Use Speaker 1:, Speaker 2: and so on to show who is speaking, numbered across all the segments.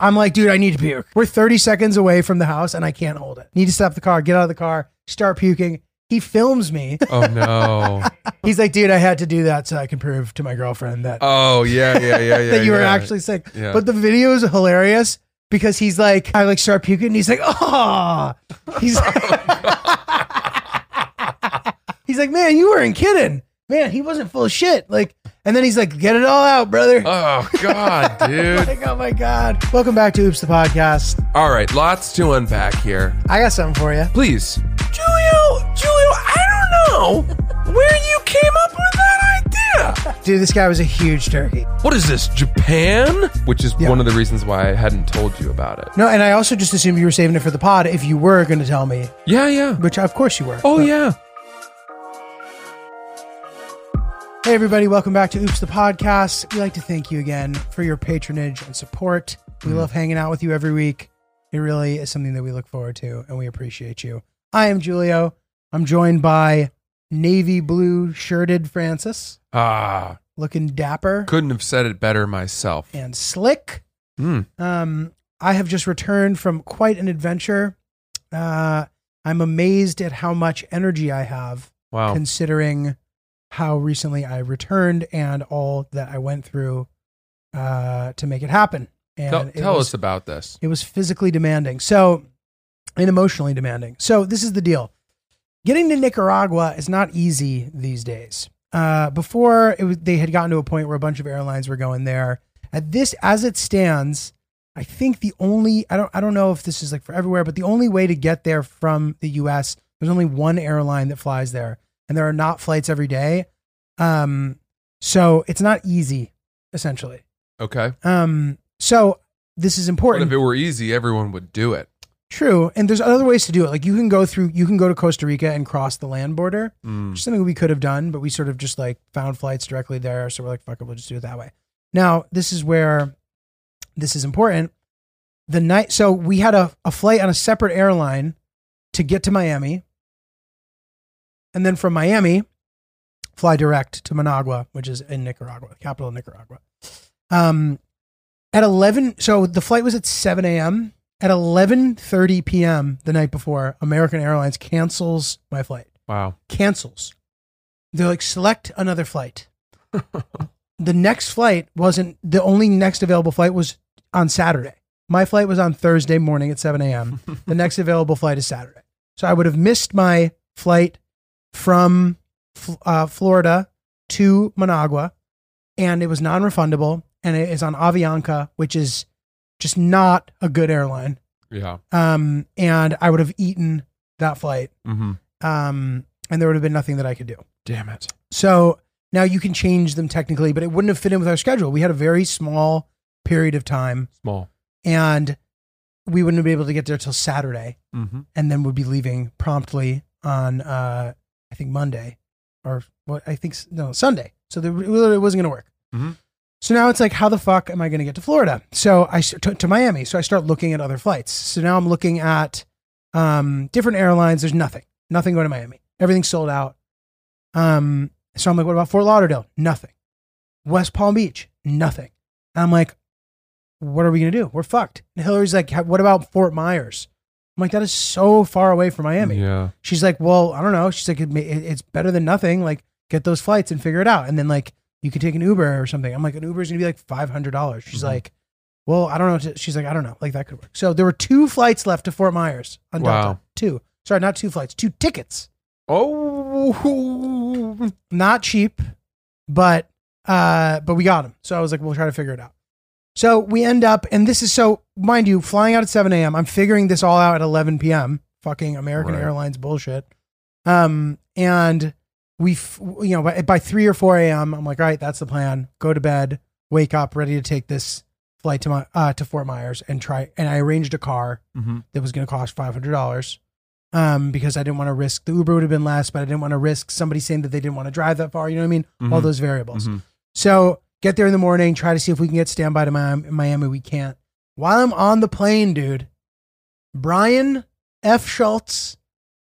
Speaker 1: I'm like, dude, I need to puke. We're 30 seconds away from the house and I can't hold it. Need to stop the car, get out of the car, start puking. He films me.
Speaker 2: Oh no.
Speaker 1: He's like, dude, I had to do that so I can prove to my girlfriend that,
Speaker 2: Oh yeah, yeah, yeah, yeah.
Speaker 1: that you were
Speaker 2: yeah.
Speaker 1: actually sick.
Speaker 2: Yeah.
Speaker 1: But the video is hilarious because he's like, I like start puking and he's like, oh, he's, he's like, man, you weren't kidding. Man, he wasn't full of shit. Like, and then he's like, get it all out, brother.
Speaker 2: Oh god, dude.
Speaker 1: like, oh my God. Welcome back to Oops the Podcast.
Speaker 2: All right, lots to unpack here.
Speaker 1: I got something for you.
Speaker 2: Please. Julio, Julio, I don't know where you came up with that idea.
Speaker 1: Dude, this guy was a huge turkey.
Speaker 2: What is this, Japan? Which is
Speaker 1: Yeah.
Speaker 2: one of the reasons why I hadn't told you about it.
Speaker 1: No, and I also just assumed you were saving it for the pod if you were going to tell me,
Speaker 2: Yeah, yeah.
Speaker 1: which of course you were.
Speaker 2: Oh yeah.
Speaker 1: Hey, everybody, welcome back to Oops the Podcast. We'd like to thank you again for your patronage and support. We
Speaker 2: Mm.
Speaker 1: love hanging out with you every week. It really is something that we look forward to, and we appreciate you. I am Julio. I'm joined by navy blue shirted Francis,
Speaker 2: Ah,
Speaker 1: looking dapper
Speaker 2: couldn't have said it better myself.
Speaker 1: and slick.
Speaker 2: Hmm.
Speaker 1: Um, I have just returned from quite an adventure. Uh, I'm amazed at how much energy I have,
Speaker 2: Wow.
Speaker 1: considering how recently I returned and all that I went through uh, to make it happen. And
Speaker 2: Tell,
Speaker 1: it
Speaker 2: tell
Speaker 1: was,
Speaker 2: us about this.
Speaker 1: It was physically demanding, so and emotionally demanding. So this is the deal: getting to Nicaragua is not easy these days. Uh, before it was, they had gotten to a point where a bunch of airlines were going there. At this, as it stands, I think the only I don't I don't know if this is like for everywhere, but the only way to get there from the U.S. There's only one airline that flies there, and there are not flights every day. Um, so it's not easy, essentially.
Speaker 2: Okay.
Speaker 1: Um, so this is
Speaker 2: But
Speaker 1: important.
Speaker 2: if it were easy, everyone would do it.
Speaker 1: True, and there's other ways to do it. Like you can go through, you can go to Costa Rica and cross the land border,
Speaker 2: Mm.
Speaker 1: which is something we could have done, but we sort of just like found flights directly there. So we're like, fuck it, we'll just do it that way. Now, this is where this is important. The night, so we had a, a flight on a separate airline to get to Miami. And then from Miami, fly direct to Managua, which is in Nicaragua, the capital of Nicaragua. Um, at 11, so the flight was at 7 a.m. At 11.30 p.m. the night before, American Airlines cancels my flight
Speaker 2: Wow.
Speaker 1: cancels. They're like, select another flight. the next flight wasn't the only next available flight was on Saturday. My flight was on Thursday morning at 7 a.m. the next available flight is Saturday. So I would have missed my flight from F- uh, Florida to Managua, and it was non refundable. And it is on Avianca, which is just not a good airline.
Speaker 2: Yeah.
Speaker 1: Um, and I would have eaten that flight
Speaker 2: Mm-hmm.
Speaker 1: um, and there would have been nothing that I could do.
Speaker 2: Damn it.
Speaker 1: So now you can change them technically, but it wouldn't have fit in with our schedule. We had a very small period of time,
Speaker 2: Small.
Speaker 1: and we wouldn't have been able to get there till Saturday,
Speaker 2: Mm-hmm.
Speaker 1: and then would be leaving promptly on uh, I think Monday, or what I think s- no Sunday. So there, it wasn't going to work.
Speaker 2: Mhm.
Speaker 1: So now it's like, how the fuck am I going to get to Florida? So I s- to, to Miami. So I start looking at other flights. So now I'm looking at um, different airlines. There's nothing, nothing going to Miami. Everything's sold out. Um, so I'm like, what about Fort Lauderdale? Nothing. West Palm Beach? Nothing. And I'm like, what are we going to do? We're fucked. And Hillary's like, what about Fort Myers? I'm like, that is so far away from Miami.
Speaker 2: Yeah.
Speaker 1: She's like, well, I don't know. She's like, it, ma- it- it's better than nothing. Like, get those flights and figure it out. And then like, you could take an Uber or something. I'm like, an Uber is gonna be like five hundred dollars. She's
Speaker 2: Mhm.
Speaker 1: like, well, I don't know. She's like, I don't know. Like that could work. So there were two flights left to Fort Myers on
Speaker 2: Wow.
Speaker 1: Delta. Two. Sorry, not two flights. Two tickets.
Speaker 2: Oh.
Speaker 1: Not cheap, but uh, but we got them. So I was like, we'll try to figure it out. So we end up, and this is so, mind you, flying out at 7 a.m. I'm figuring this all out at 11 p.m. Fucking American
Speaker 2: Right.
Speaker 1: Airlines bullshit. Um, and we, f- you know, by, by 3 or 4 a.m., I'm like, all right, that's the plan. Go to bed, wake up, ready to take this flight to my, uh, to Fort Myers and try. And I arranged a car
Speaker 2: Mm-hmm.
Speaker 1: that was going to cost five hundred dollars, um, because I didn't want to risk the Uber would have been less, but I didn't want to risk somebody saying that they didn't want to drive that far. You know what I mean? All
Speaker 2: Mhm.
Speaker 1: those variables.
Speaker 2: Mhm.
Speaker 1: So get there in the morning, try to see if we can get standby to Miami. Miami. We can't. While I'm on the plane, dude, Brian F. Schultz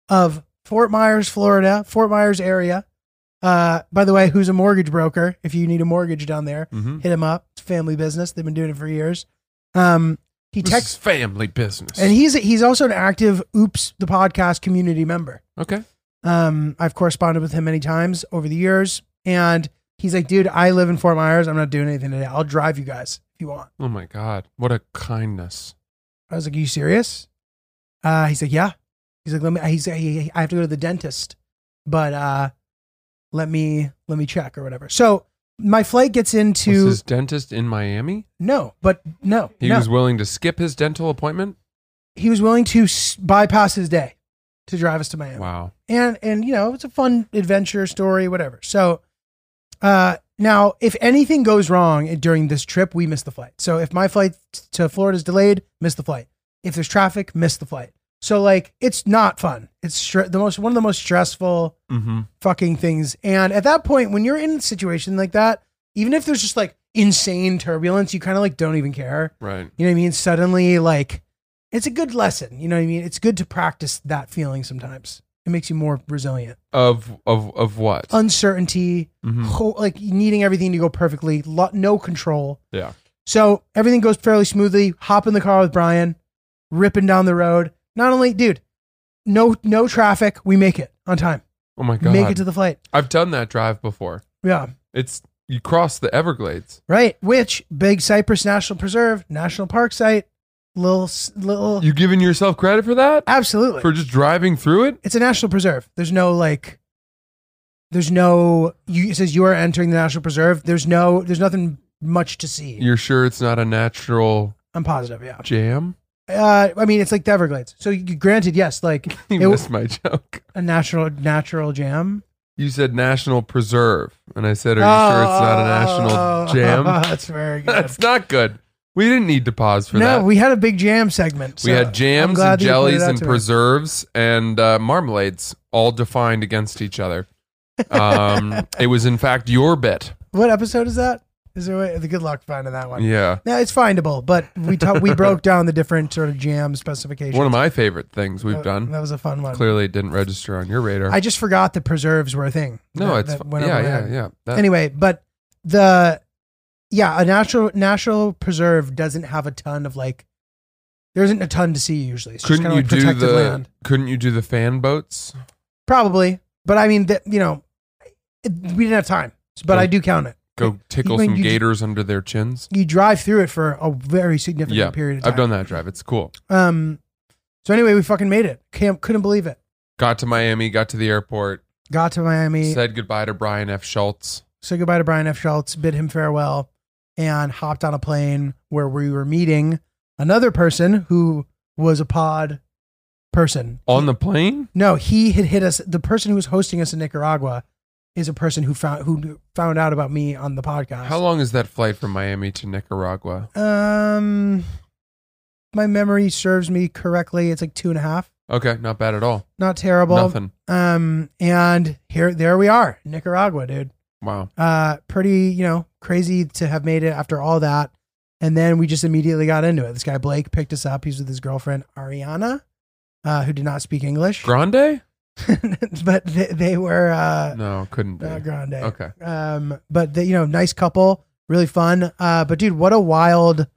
Speaker 1: of Fort Myers, Florida, Fort Myers area. Uh, by the way, who's a mortgage broker? If you need a mortgage down there,
Speaker 2: Mhm.
Speaker 1: hit him up. It's family business. They've been doing it for years. Um, He
Speaker 2: This
Speaker 1: texts,
Speaker 2: is family business.
Speaker 1: and he's he's also an active Oops the podcast community member.
Speaker 2: okay.
Speaker 1: Um, I've corresponded with him many times over the years, and he's like, "Dude, I live in Fort Myers. I'm not doing anything today. I'll drive you guys if you want."
Speaker 2: Oh my God. What a kindness.
Speaker 1: I was like, "Are you serious?" Uh, he's like, "Yeah." He's like, "Let me." He's like, "I I have to go to the dentist, but uh, let me let me check or whatever." So my flight gets into
Speaker 2: was his dentist in Miami?
Speaker 1: no, but no,
Speaker 2: He
Speaker 1: no.
Speaker 2: was willing to skip his dental appointment?
Speaker 1: he was willing to s- bypass his day to drive us to Miami.
Speaker 2: Wow.
Speaker 1: and and you know it's a fun adventure story whatever so uh now if anything goes wrong during this trip we miss the flight so if my flight to florida is delayed miss the flight if there's traffic miss the flight so like it's not fun it's str- the most one of the most stressful
Speaker 2: Mm-hmm.
Speaker 1: fucking things and at that point when you're in a situation like that even if there's just like insane turbulence you kind of like don't even care
Speaker 2: Right.
Speaker 1: you know what I mean? Suddenly, like, it's a good lesson. You know what I mean? It's good to practice that feeling sometimes. It makes you more resilient.
Speaker 2: Of of of what?
Speaker 1: Uncertainty,
Speaker 2: Mhm.
Speaker 1: ho- like needing everything to go perfectly, lo- no control.
Speaker 2: Yeah.
Speaker 1: So everything goes fairly smoothly. Hop in the car with Brian, ripping down the road. Not only, dude, no no traffic. We make it on time.
Speaker 2: Oh my God.
Speaker 1: Make it to the flight.
Speaker 2: I've done that drive before.
Speaker 1: Yeah.
Speaker 2: It's you cross the Everglades.
Speaker 1: Right. Which Big Cypress National Preserve, National Park site, little s- little.
Speaker 2: You giving yourself credit for that?
Speaker 1: absolutely.
Speaker 2: For just driving through it?
Speaker 1: it's a national preserve. There's no like, there's no. You, it says you are entering the national preserve. There's no. There's nothing much to see.
Speaker 2: You're sure it's not a natural
Speaker 1: I'm positive. Yeah.
Speaker 2: jam?
Speaker 1: Uh, I mean, it's like the Everglades. So you, granted, yes, like
Speaker 2: You
Speaker 1: It-
Speaker 2: missed my joke.
Speaker 1: a natural natural jam.
Speaker 2: You said national preserve, and I said, "Are you sure it's not a national
Speaker 1: Oh.
Speaker 2: jam?"
Speaker 1: That's very good.
Speaker 2: That's not good. We didn't need to pause for
Speaker 1: no,
Speaker 2: that. We,
Speaker 1: we had a big jam segment. so
Speaker 2: had
Speaker 1: I'm
Speaker 2: jams
Speaker 1: glad
Speaker 2: and
Speaker 1: that you pointed
Speaker 2: jellies
Speaker 1: that
Speaker 2: and
Speaker 1: to me.
Speaker 2: preserves and uh, marmalades, all defined against each other. Um, it was, in fact, your bit.
Speaker 1: What episode is that? Is there a way? Good luck finding that one.
Speaker 2: Yeah,
Speaker 1: No, it's findable, but we ta- we broke down the different sort of jam specifications.
Speaker 2: one of my favorite things we've
Speaker 1: That-
Speaker 2: done.
Speaker 1: That was a fun one.
Speaker 2: Clearly, it didn't register on your radar.
Speaker 1: Uh, I just forgot that preserves were a thing.
Speaker 2: no,
Speaker 1: That-
Speaker 2: it's
Speaker 1: that
Speaker 2: fu-
Speaker 1: went
Speaker 2: yeah,
Speaker 1: over my
Speaker 2: yeah,
Speaker 1: head.
Speaker 2: yeah. That-
Speaker 1: Anyway, but the yeah, a natural national preserve doesn't have a ton of like there isn't a ton to see usually. It's just
Speaker 2: couldn't
Speaker 1: kind
Speaker 2: you
Speaker 1: of like
Speaker 2: do
Speaker 1: protected
Speaker 2: the
Speaker 1: land,
Speaker 2: Couldn't you do the fan boats?
Speaker 1: probably. But I mean, that you know, it, we didn't have time. But I do count it.
Speaker 2: Go tickle
Speaker 1: when
Speaker 2: some
Speaker 1: you-
Speaker 2: gators under their chins.
Speaker 1: You drive through it for a very significant
Speaker 2: Yeah,
Speaker 1: period of time.
Speaker 2: I've done that drive. It's cool.
Speaker 1: Um. So anyway, we fucking made it. Camp couldn't believe it.
Speaker 2: Got to Miami, got to the airport,
Speaker 1: Got to Miami.
Speaker 2: said goodbye to Brian F. Schultz.
Speaker 1: said goodbye to Brian F. Schultz, bid him farewell, and hopped on a plane where we were meeting another person who was a pod person.
Speaker 2: On the plane?
Speaker 1: No, he had hit us. The person who was hosting us in Nicaragua is a person who found who found out about me on the podcast.
Speaker 2: How long is that flight from Miami to Nicaragua?
Speaker 1: Um, my memory serves me correctly. It's like two and a half.
Speaker 2: Okay, not bad at all.
Speaker 1: Not terrible.
Speaker 2: Nothing.
Speaker 1: Um, and here, there we are, Nicaragua, dude.
Speaker 2: Wow.
Speaker 1: uh pretty you know crazy to have made it after all that and then we just immediately got into it this guy blake picked us up he's with his girlfriend ariana uh who did not speak english
Speaker 2: Grande?
Speaker 1: but they, they were uh,
Speaker 2: No, couldn't
Speaker 1: uh
Speaker 2: be.
Speaker 1: grande
Speaker 2: Okay.
Speaker 1: um but they, you know nice couple really fun uh but dude what a wild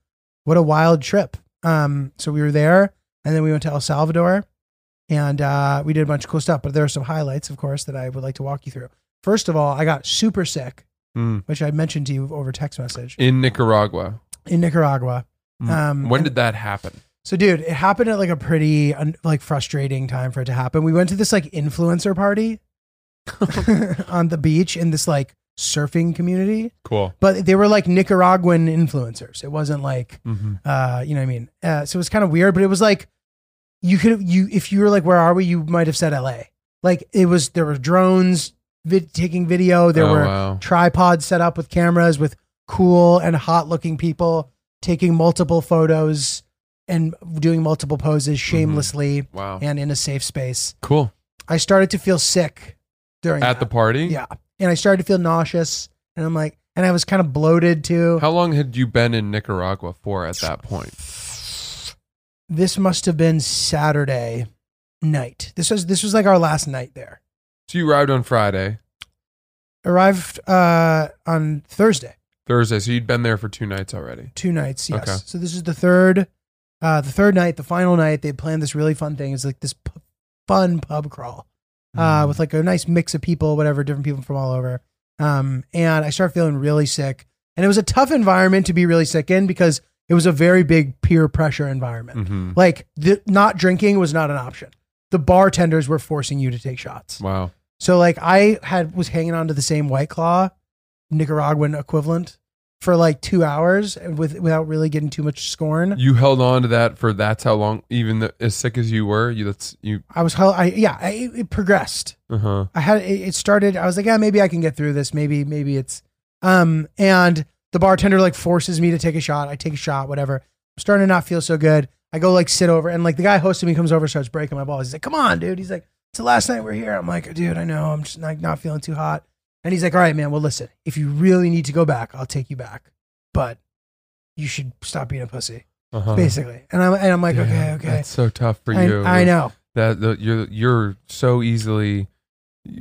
Speaker 1: what a wild trip um so we were there and then we went to el salvador and uh we did a bunch of cool stuff but there are some highlights of course that i would like to walk you through first of all i got super sick
Speaker 2: Mm.
Speaker 1: which I mentioned to you over text message
Speaker 2: In Nicaragua.
Speaker 1: in Nicaragua.
Speaker 2: Mm.
Speaker 1: Um,
Speaker 2: when
Speaker 1: and-
Speaker 2: did that happen?
Speaker 1: So, dude, it happened at like a pretty un- like frustrating time for it to happen. We went to this like influencer party on the beach in this like surfing community,
Speaker 2: Cool.
Speaker 1: but they were like Nicaraguan influencers. It wasn't like
Speaker 2: hmm
Speaker 1: uh, you know what I mean. Uh, so it was kind of weird, but it was like you could you if you were like, where are we? You might have said L.A. Like it was there were drones vid- taking video. There
Speaker 2: oh,
Speaker 1: were
Speaker 2: wow.
Speaker 1: tripods set up with cameras with cool and hot looking people taking multiple photos and doing multiple poses
Speaker 2: Mm-hmm.
Speaker 1: shamelessly
Speaker 2: Wow.
Speaker 1: and in a safe space.
Speaker 2: Cool.
Speaker 1: I started to feel sick during
Speaker 2: At the
Speaker 1: that.
Speaker 2: party?
Speaker 1: yeah, and I started to feel nauseous, and I'm like, and I was kind of bloated too.
Speaker 2: How long had you been in Nicaragua for at that point?
Speaker 1: this must have been Saturday night. This was this was like our last night there.
Speaker 2: So you arrived on Friday,
Speaker 1: Arrived uh, on Thursday,
Speaker 2: Thursday. So you'd been there for two nights already.
Speaker 1: two nights. Yes.
Speaker 2: Okay.
Speaker 1: So this is the third uh, the third night, the final night, they planned this really fun thing. It's like this p- fun pub crawl uh,
Speaker 2: Mm.
Speaker 1: with like a nice mix of people, whatever, different people from all over. Um, and I started feeling really sick. And it was a tough environment to be really sick in because it was a very big peer pressure environment.
Speaker 2: Mm-hmm.
Speaker 1: Like, the, not drinking was not an option. The bartenders were forcing you to take shots.
Speaker 2: Wow.
Speaker 1: So like I had was hanging on to the same White Claw, Nicaraguan equivalent, for like two hours with without really getting too much scorn.
Speaker 2: You held on to that for that's how long, even the, as sick as you were. You that's you.
Speaker 1: I was hell. I yeah. I, it- it progressed.
Speaker 2: Uh huh.
Speaker 1: I had it, it started. I was like, yeah, maybe I can get through this. Maybe maybe it's um. And the bartender like forces me to take a shot. I take a shot. Whatever. I'm starting to not feel so good. I go like sit over and like the guy hosting me comes over starts breaking my balls. He's like, come on, dude. He's like, it's the last night we're here. I'm like, dude, I know. I'm just like not feeling too hot. And he's like, all right, man, well, listen, if you really need to go back, I'll take you back. But you should stop being a pussy,
Speaker 2: Uh huh.
Speaker 1: basically. And I'm, and I'm like, okay, okay.
Speaker 2: That's so tough for
Speaker 1: I,
Speaker 2: you.
Speaker 1: I know.
Speaker 2: that the, you're you're so easily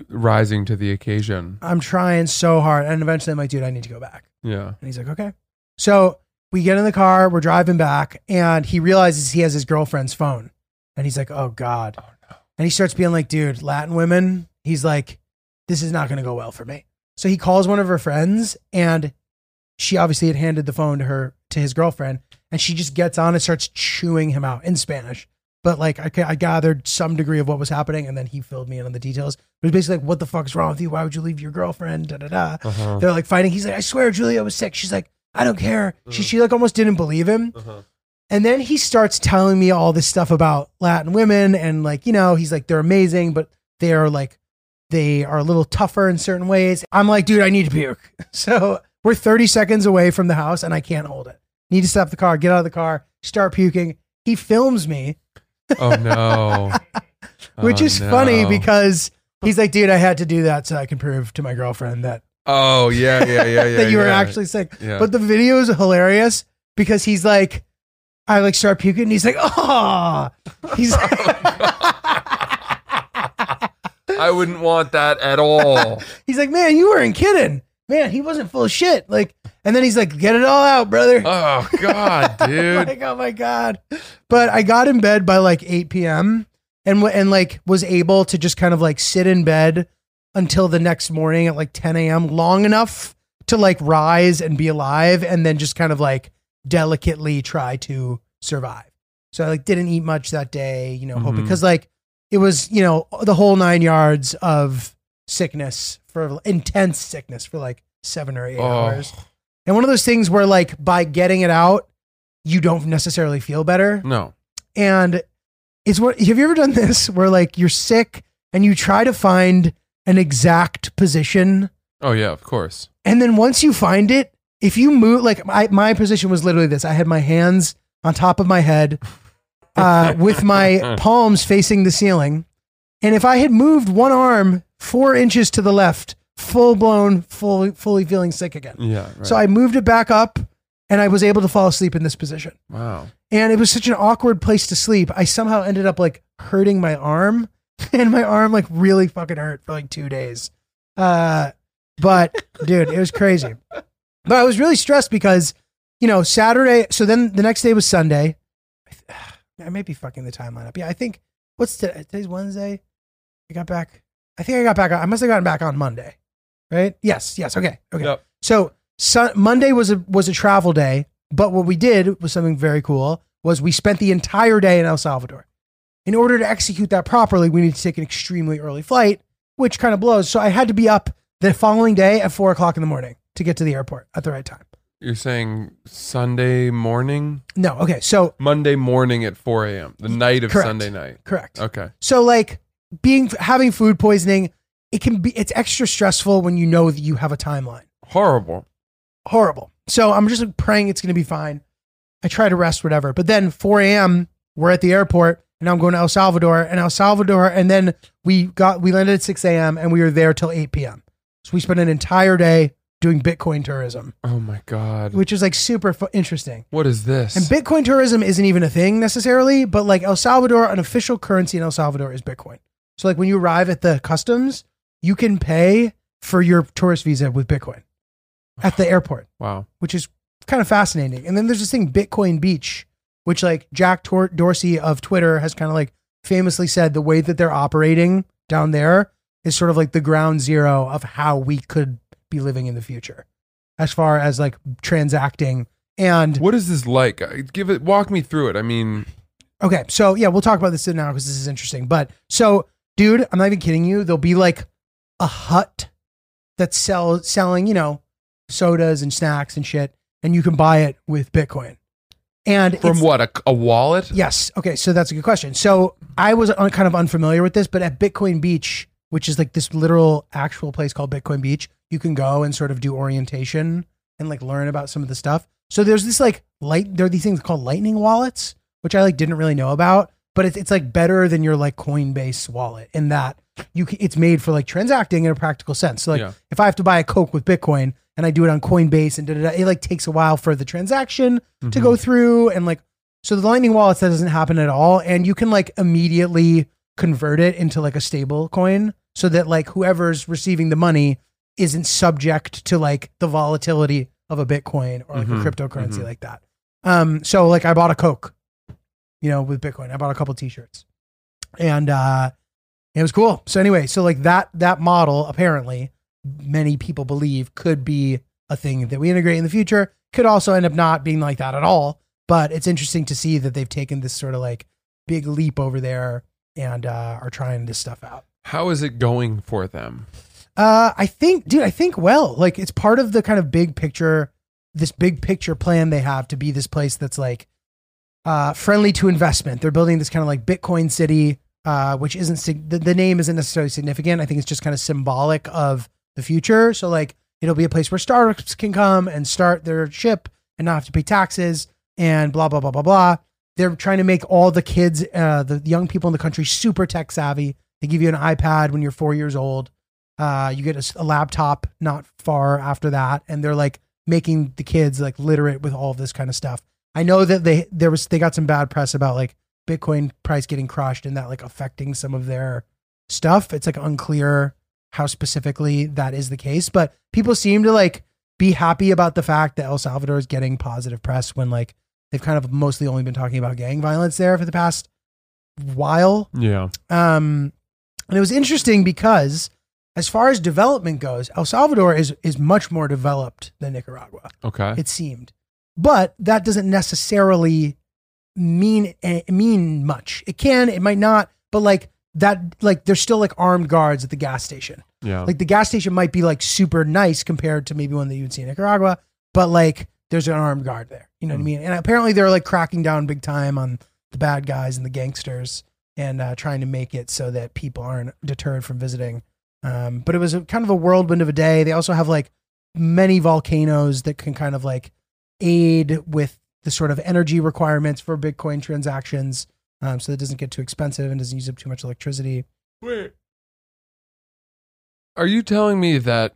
Speaker 2: rising to the occasion.
Speaker 1: I'm trying so hard. And eventually I'm like, dude, I need to go back.
Speaker 2: Yeah.
Speaker 1: And he's like, okay. So we get in the car, we're driving back, and he realizes he has his girlfriend's phone. And he's like, oh God.
Speaker 2: Oh no.
Speaker 1: And he starts being like, dude, Latin women, he's like, this is not going to go well for me. So he calls one of her friends, and she obviously had handed the phone to her, to his girlfriend, and she just gets on and starts chewing him out in Spanish. But like, I, ca- I gathered some degree of what was happening, and then he filled me in on the details. It was basically like, what the fuck's wrong with you? Why would you leave your girlfriend? Da da da.
Speaker 2: Uh-huh.
Speaker 1: They're like fighting. He's like, I swear Julia was sick. She's like, I don't care. She, she like almost didn't believe him.
Speaker 2: Uh-huh.
Speaker 1: And then he starts telling me all this stuff about Latin women and like, you know, he's like, they're amazing, but they are like, they are a little tougher in certain ways. I'm like, dude, I need to puke. So we're 30 seconds away from the house and I can't hold it. Need to stop the car, get out of the car, start puking. He films me,
Speaker 2: Oh no.
Speaker 1: which
Speaker 2: Oh,
Speaker 1: is funny
Speaker 2: no.
Speaker 1: because he's like, dude, I had to do that so I can prove to my girlfriend that
Speaker 2: Oh yeah, yeah, yeah, yeah.
Speaker 1: that you were
Speaker 2: yeah.
Speaker 1: actually sick.
Speaker 2: Yeah.
Speaker 1: But the video is hilarious because he's like, I like start puking. And he's like, oh, he's
Speaker 2: I wouldn't want that at all.
Speaker 1: he's like, man, you weren't kidding, man. He wasn't full of shit. Like, and then he's like, get it all out, brother.
Speaker 2: oh god, dude.
Speaker 1: like, oh my god. But I got in bed by like 8 p.m. and w- and like was able to just kind of like sit in bed until the next morning at like 10 a.m. long enough to like rise and be alive, and then just kind of like delicately try to survive. So I like didn't eat much that day, you know, hope
Speaker 2: Mhm.
Speaker 1: because like it was you know the whole nine yards of sickness for intense sickness for like seven or eight hours.
Speaker 2: Oh.
Speaker 1: And one of those things where like by getting it out, you don't necessarily feel better.
Speaker 2: No.
Speaker 1: And it's what have you ever done this where like you're sick and you try to find an exact position
Speaker 2: Oh yeah, of course.
Speaker 1: and then once you find it, if you move like I, my position was literally this. I had my hands on top of my head uh, with my palms facing the ceiling. And if I had moved one arm 4 inches to the left, full blown, full, fully feeling sick again.
Speaker 2: Yeah. Right.
Speaker 1: So I moved it back up and I was able to fall asleep in this position.
Speaker 2: wow.
Speaker 1: And it was such an awkward place to sleep. I somehow ended up like hurting my arm and my arm like really fucking hurt for like two days. Uh, but dude, it was crazy. But I was really stressed because, you know, Saturday. So then the next day was Sunday. I, th- I may be fucking the timeline up. Yeah, I think what's today? Today's Wednesday. I got back. I think I got back. on- I must have gotten back on Monday, right? Yes. Yes. Okay. Okay.
Speaker 2: Yep.
Speaker 1: So, Sun Monday was a was a travel day, but what we did was something very cool. Was we spent the entire day in El Salvador. In order to execute that properly, we need to take an extremely early flight, which kind of blows. So I had to be up the following day at four o'clock in the morning to get to the airport at the right time.
Speaker 2: You're saying Sunday morning,
Speaker 1: No, okay, so
Speaker 2: Monday morning at 4 a.m. The night of
Speaker 1: Correct.
Speaker 2: Sunday night.
Speaker 1: correct.
Speaker 2: Okay.
Speaker 1: So like being having food poisoning, it can be it's extra stressful when you know that you have a timeline.
Speaker 2: Horrible.
Speaker 1: horrible. So I'm just praying it's going to be fine. I try to rest, whatever. But then 4 a.m. we're at the airport, and I'm going to El Salvador and El Salvador, and then we got we landed at 6 a.m. and we were there till 8 p.m. So we spent an entire day doing Bitcoin tourism,
Speaker 2: Oh my god.
Speaker 1: which is like super fu- interesting.
Speaker 2: What is this?
Speaker 1: And Bitcoin tourism isn't even a thing necessarily, but like El Salvador, an official currency in El Salvador is Bitcoin. So like when you arrive at the customs, you can pay for your tourist visa with Bitcoin at the airport
Speaker 2: wow.
Speaker 1: which is kind of fascinating. And then there's this thing, Bitcoin Beach, which like Jack Tor- Dorsey of Twitter has kind of like famously said the way that they're operating down there is sort of like the ground zero of how we could be living in the future as far as like transacting and
Speaker 2: What is this like? I- Give it. Walk me through it. I mean,
Speaker 1: Okay, so yeah, we'll talk about this now because this is interesting. But so, dude, I'm not even kidding you. There'll be like a hut that sells selling, you know, sodas and snacks and shit, and you can buy it with Bitcoin. And
Speaker 2: from
Speaker 1: it's-
Speaker 2: what a, a wallet?
Speaker 1: Yes. Okay. So that's a good question. So I was un- kind of unfamiliar with this, but at Bitcoin Beach, which is like this literal actual place called Bitcoin Beach, you can go and sort of do orientation and like learn about some of the stuff. So there's this like light. There are these things called lightning wallets, which I like didn't really know about, but it's, it's like better than your like Coinbase wallet in that you c- it's made for like transacting in a practical sense. So like
Speaker 2: Yeah.
Speaker 1: if I have to buy a Coke with Bitcoin and I do it on Coinbase and da da da, it like takes a while for the transaction to go through and like so the lightning wallets that doesn't happen at all and you can like immediately convert it into like a stable coin so that like whoever's receiving the money isn't subject to like the volatility of a bitcoin or like
Speaker 2: Mhm,
Speaker 1: a cryptocurrency
Speaker 2: mhm.
Speaker 1: like that um so like i bought a coke you know with bitcoin i bought a couple t-shirts and uh it was cool so anyway so like that that model apparently many people believe could be a thing that we integrate in the future could also end up not being like that at all but it's interesting to see that they've taken this sort of like big leap over there and uh, are trying this stuff out
Speaker 2: Mm-hmm. How is it going for them?
Speaker 1: uh, i think dude i think well like it's part of the kind of big picture this big picture plan they have to be this place that's like uh, friendly to investment they're building this kind of like bitcoin city uh, which isn't sig- the, the name isn't necessarily significant i think it's just kind of symbolic of the future so like it'll be a place where startups can come and start their ship and not have to pay taxes and blah blah blah blah blah they're trying to make all the kids uh, the young people in the country super tech savvy they give you an ipad when you're four years old uh, you get a s a a laptop not far after that and they're like making the kids like literate with all of this kind of stuff i know that they there was they got some bad press about like bitcoin price getting crushed and that like affecting some of their stuff it's like unclear how specifically that is the case, but people seem to like be happy about the fact that El Salvador is getting positive press when like they've kind of mostly only been talking about gang violence there for the past while.
Speaker 2: Yeah.
Speaker 1: Um, and it was interesting because as far as development goes, El Salvador is is much more developed than Nicaragua
Speaker 2: Okay.
Speaker 1: it seemed. But that doesn't necessarily mean eh, mean much. It can, it might not, but like that like there's still like armed guards at the gas station.
Speaker 2: yeah.
Speaker 1: Like the gas station might be like super nice compared to maybe one that you would see in Nicaragua, but like there's an armed guard there. You know
Speaker 2: Hmm.
Speaker 1: what I mean? And apparently they're like cracking down big time on the bad guys and the gangsters and uh, trying to make it so that people aren't deterred from visiting. Um, but it was a, kind of a whirlwind of a day. They also have like many volcanoes that can kind of like aid with the sort of energy requirements for Bitcoin transactions um, so that it doesn't get too expensive and doesn't use up too much electricity.
Speaker 2: Wait. Are you telling me that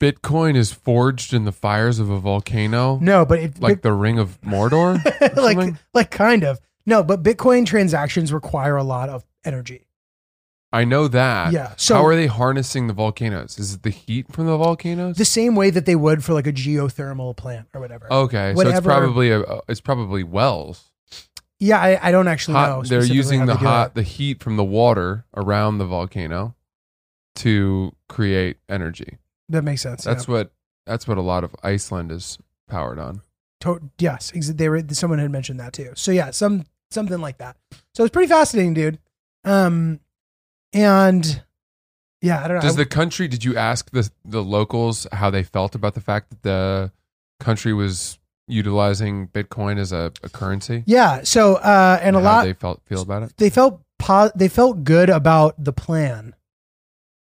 Speaker 2: Bitcoin is forged in the fires of a volcano?
Speaker 1: No, but it,
Speaker 2: Like the Ring of Mordor? or
Speaker 1: like
Speaker 2: something?
Speaker 1: like kind of no but bitcoin transactions require a lot of energy
Speaker 2: I know that.
Speaker 1: yeah so
Speaker 2: How are they harnessing the volcanoes? Is it the heat from the volcanoes?
Speaker 1: the same way that they would for like a geothermal plant or whatever
Speaker 2: okay, so
Speaker 1: whatever-
Speaker 2: it's probably a, a- it's probably wells.
Speaker 1: yeah i, I don't actually know
Speaker 2: Hot, they're
Speaker 1: specifically
Speaker 2: using
Speaker 1: how
Speaker 2: the
Speaker 1: they do
Speaker 2: hot
Speaker 1: it.
Speaker 2: the heat from the water around the volcano to create energy.
Speaker 1: that makes sense
Speaker 2: That's
Speaker 1: yeah.
Speaker 2: what that's what a lot of Iceland is powered on.
Speaker 1: To- yes ex- they were someone had mentioned that too so yeah some something like that so it's pretty fascinating dude um and yeah i don't know
Speaker 2: Does
Speaker 1: I-
Speaker 2: the country? Did you ask the the locals how they felt about the fact that the country was utilizing Bitcoin as a, a currency?
Speaker 1: yeah so uh and a
Speaker 2: how
Speaker 1: lot
Speaker 2: they felt feel about it.
Speaker 1: they felt po- they felt good about the plan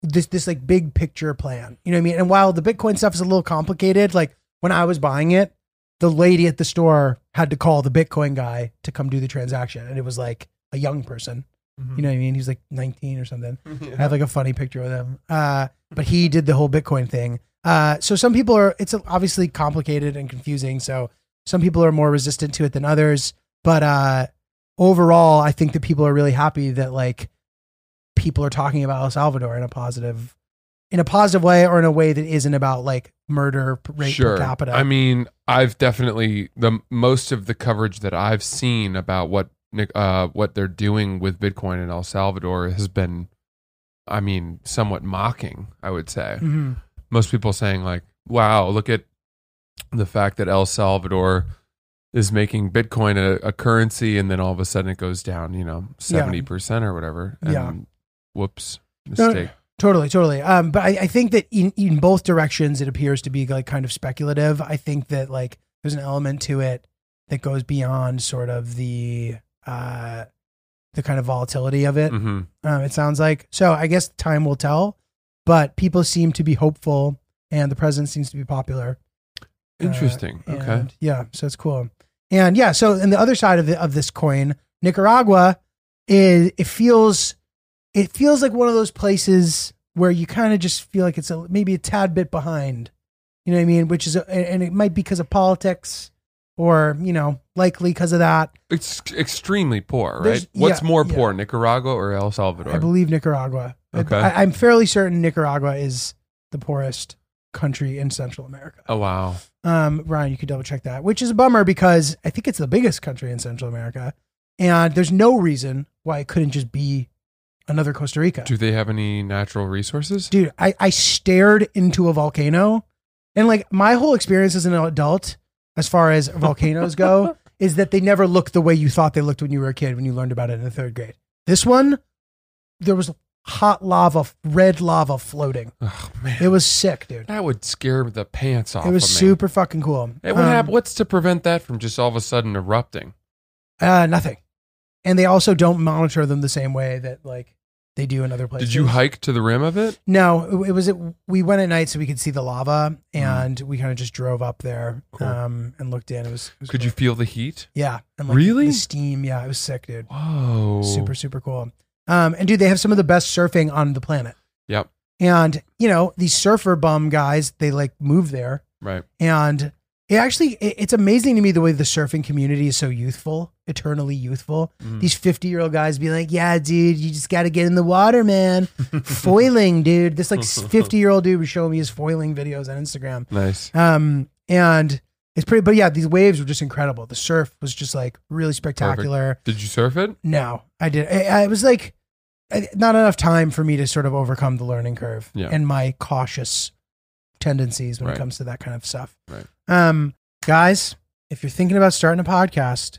Speaker 1: this this like big picture plan you know what i mean and while the bitcoin stuff is a little complicated like when i was buying it the lady at the store had to call the bitcoin guy to come do the transaction and it was like a young person you know what i mean he was like 19 or something I have like a funny picture with him. Uh, but he did the whole Bitcoin thing. Uh, so some people are, it's obviously complicated and confusing. So some people are more resistant to it than others. But uh, overall, I think that people are really happy that like people are talking about El Salvador in a positive in a positive way or in a way that isn't about like murder p- rate
Speaker 2: sure.
Speaker 1: per capita.
Speaker 2: I mean, I've definitely the most of the coverage that I've seen about what Nic- uh, what they're doing with Bitcoin in El Salvador has been, I mean, somewhat mocking. I would say
Speaker 1: Mhm.
Speaker 2: most people saying like, "Wow, look at the fact that El Salvador is making Bitcoin a, a currency, and then all of a sudden it goes down, you know, seventy percent or whatever." And
Speaker 1: Yeah.
Speaker 2: Whoops,
Speaker 1: no.
Speaker 2: mistake.
Speaker 1: Totally, totally. Um, but I, I think that in, in both directions, it appears to be like kind of speculative. I think that like there's an element to it that goes beyond sort of the uh, the kind of volatility of it.
Speaker 2: Mhm.
Speaker 1: Um, it sounds like so. I guess time will tell, but people seem to be hopeful, and the president seems to be popular.
Speaker 2: Interesting.
Speaker 1: And,
Speaker 2: okay.
Speaker 1: Yeah. So it's cool. And yeah. So and the other side of the, of this coin, Nicaragua, is it feels it feels like one of those places where you kind of just feel like it's a, maybe a tad bit behind. You know what I mean? Which is a, and and it might be because of politics, or you know, likely because of that.
Speaker 2: It's extremely poor, right?
Speaker 1: There's-
Speaker 2: What's
Speaker 1: yeah,
Speaker 2: more
Speaker 1: yeah.
Speaker 2: poor, Nicaragua or El Salvador?
Speaker 1: I believe Nicaragua. I-
Speaker 2: Okay.
Speaker 1: I, I'm fairly certain Nicaragua is the poorest country in Central America.
Speaker 2: oh wow,
Speaker 1: Um, Ryan, you could double check that, which is a bummer because I think it's the biggest country in Central America, and there's no reason why it couldn't just be another Costa Rica.
Speaker 2: do they have any natural resources?
Speaker 1: Dude, I, I stared into a volcano, and like my whole experience as an adult, as far as volcanoes go, is that they never look the way you thought they looked when you were a kid when you learned about it in the third grade. This one, there was hot lava, red lava floating.
Speaker 2: oh man,
Speaker 1: It was sick, dude.
Speaker 2: that would scare the pants off.
Speaker 1: It was
Speaker 2: of me.
Speaker 1: super fucking cool.
Speaker 2: Hey, what
Speaker 1: Um,
Speaker 2: hap- what's to prevent that from just all of a sudden erupting?
Speaker 1: Uh, nothing. And they also don't monitor them the same way that like they do in other places.
Speaker 2: Did you hike to the rim of it?
Speaker 1: No, it, it was. It, we went at night so we could see the lava, and we kind of just drove up there
Speaker 2: Mm. Cool.
Speaker 1: um, and looked in. It was. It was
Speaker 2: Could
Speaker 1: cool.
Speaker 2: you feel the heat?
Speaker 1: Yeah. And like
Speaker 2: Really?
Speaker 1: The steam. Yeah, it was sick, dude.
Speaker 2: Whoa,
Speaker 1: Super super cool. Um, and dude, they have some of the best surfing on the planet.
Speaker 2: Yep.
Speaker 1: And you know these surfer bum guys, they like move there
Speaker 2: right.
Speaker 1: and it actually it- it's amazing to me the way the surfing community is so youthful eternally youthful
Speaker 2: Mm.
Speaker 1: these 50 year old guys be like yeah dude you just gotta get in the water man foiling dude this like 50 year old dude was showing me his foiling videos on instagram
Speaker 2: Nice.
Speaker 1: um and it's pretty but yeah these waves were just incredible the surf was just like really spectacular
Speaker 2: Did you surf it?
Speaker 1: no i did I, I was like I- not enough time for me to sort of overcome the learning curve
Speaker 2: Yeah.
Speaker 1: and my cautious tendencies when
Speaker 2: Right.
Speaker 1: it comes to that kind of stuff
Speaker 2: Right.
Speaker 1: um guys if you're thinking about starting a podcast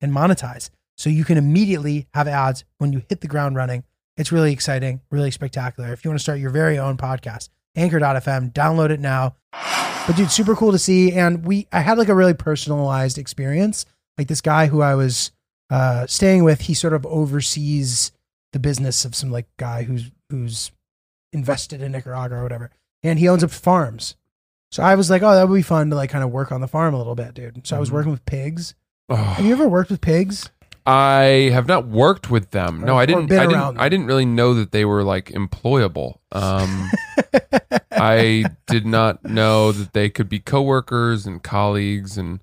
Speaker 1: and monetize. So you can immediately have ads when you hit the ground running. It's really exciting, really spectacular. If you want to start your very own podcast, anchor.fm, download it now but dude super cool to see and we i had like a really personalized experience like this guy who i was uh staying with he sort of oversees the business of some like guy who's who's invested in nicaragua or whatever and he owns up farms so i was like oh that would be fun to like kind of work on the farm a little bit dude so i was
Speaker 2: Mhm.
Speaker 1: working with pigs have
Speaker 2: Oh,
Speaker 1: you ever worked with pigs
Speaker 2: I have not worked with them. No,
Speaker 1: Or-
Speaker 2: I
Speaker 1: or
Speaker 2: didn't.
Speaker 1: been
Speaker 2: I
Speaker 1: around
Speaker 2: didn't.
Speaker 1: them.
Speaker 2: I didn't really know that they were like employable. Um, I did not know that they could be coworkers and colleagues, and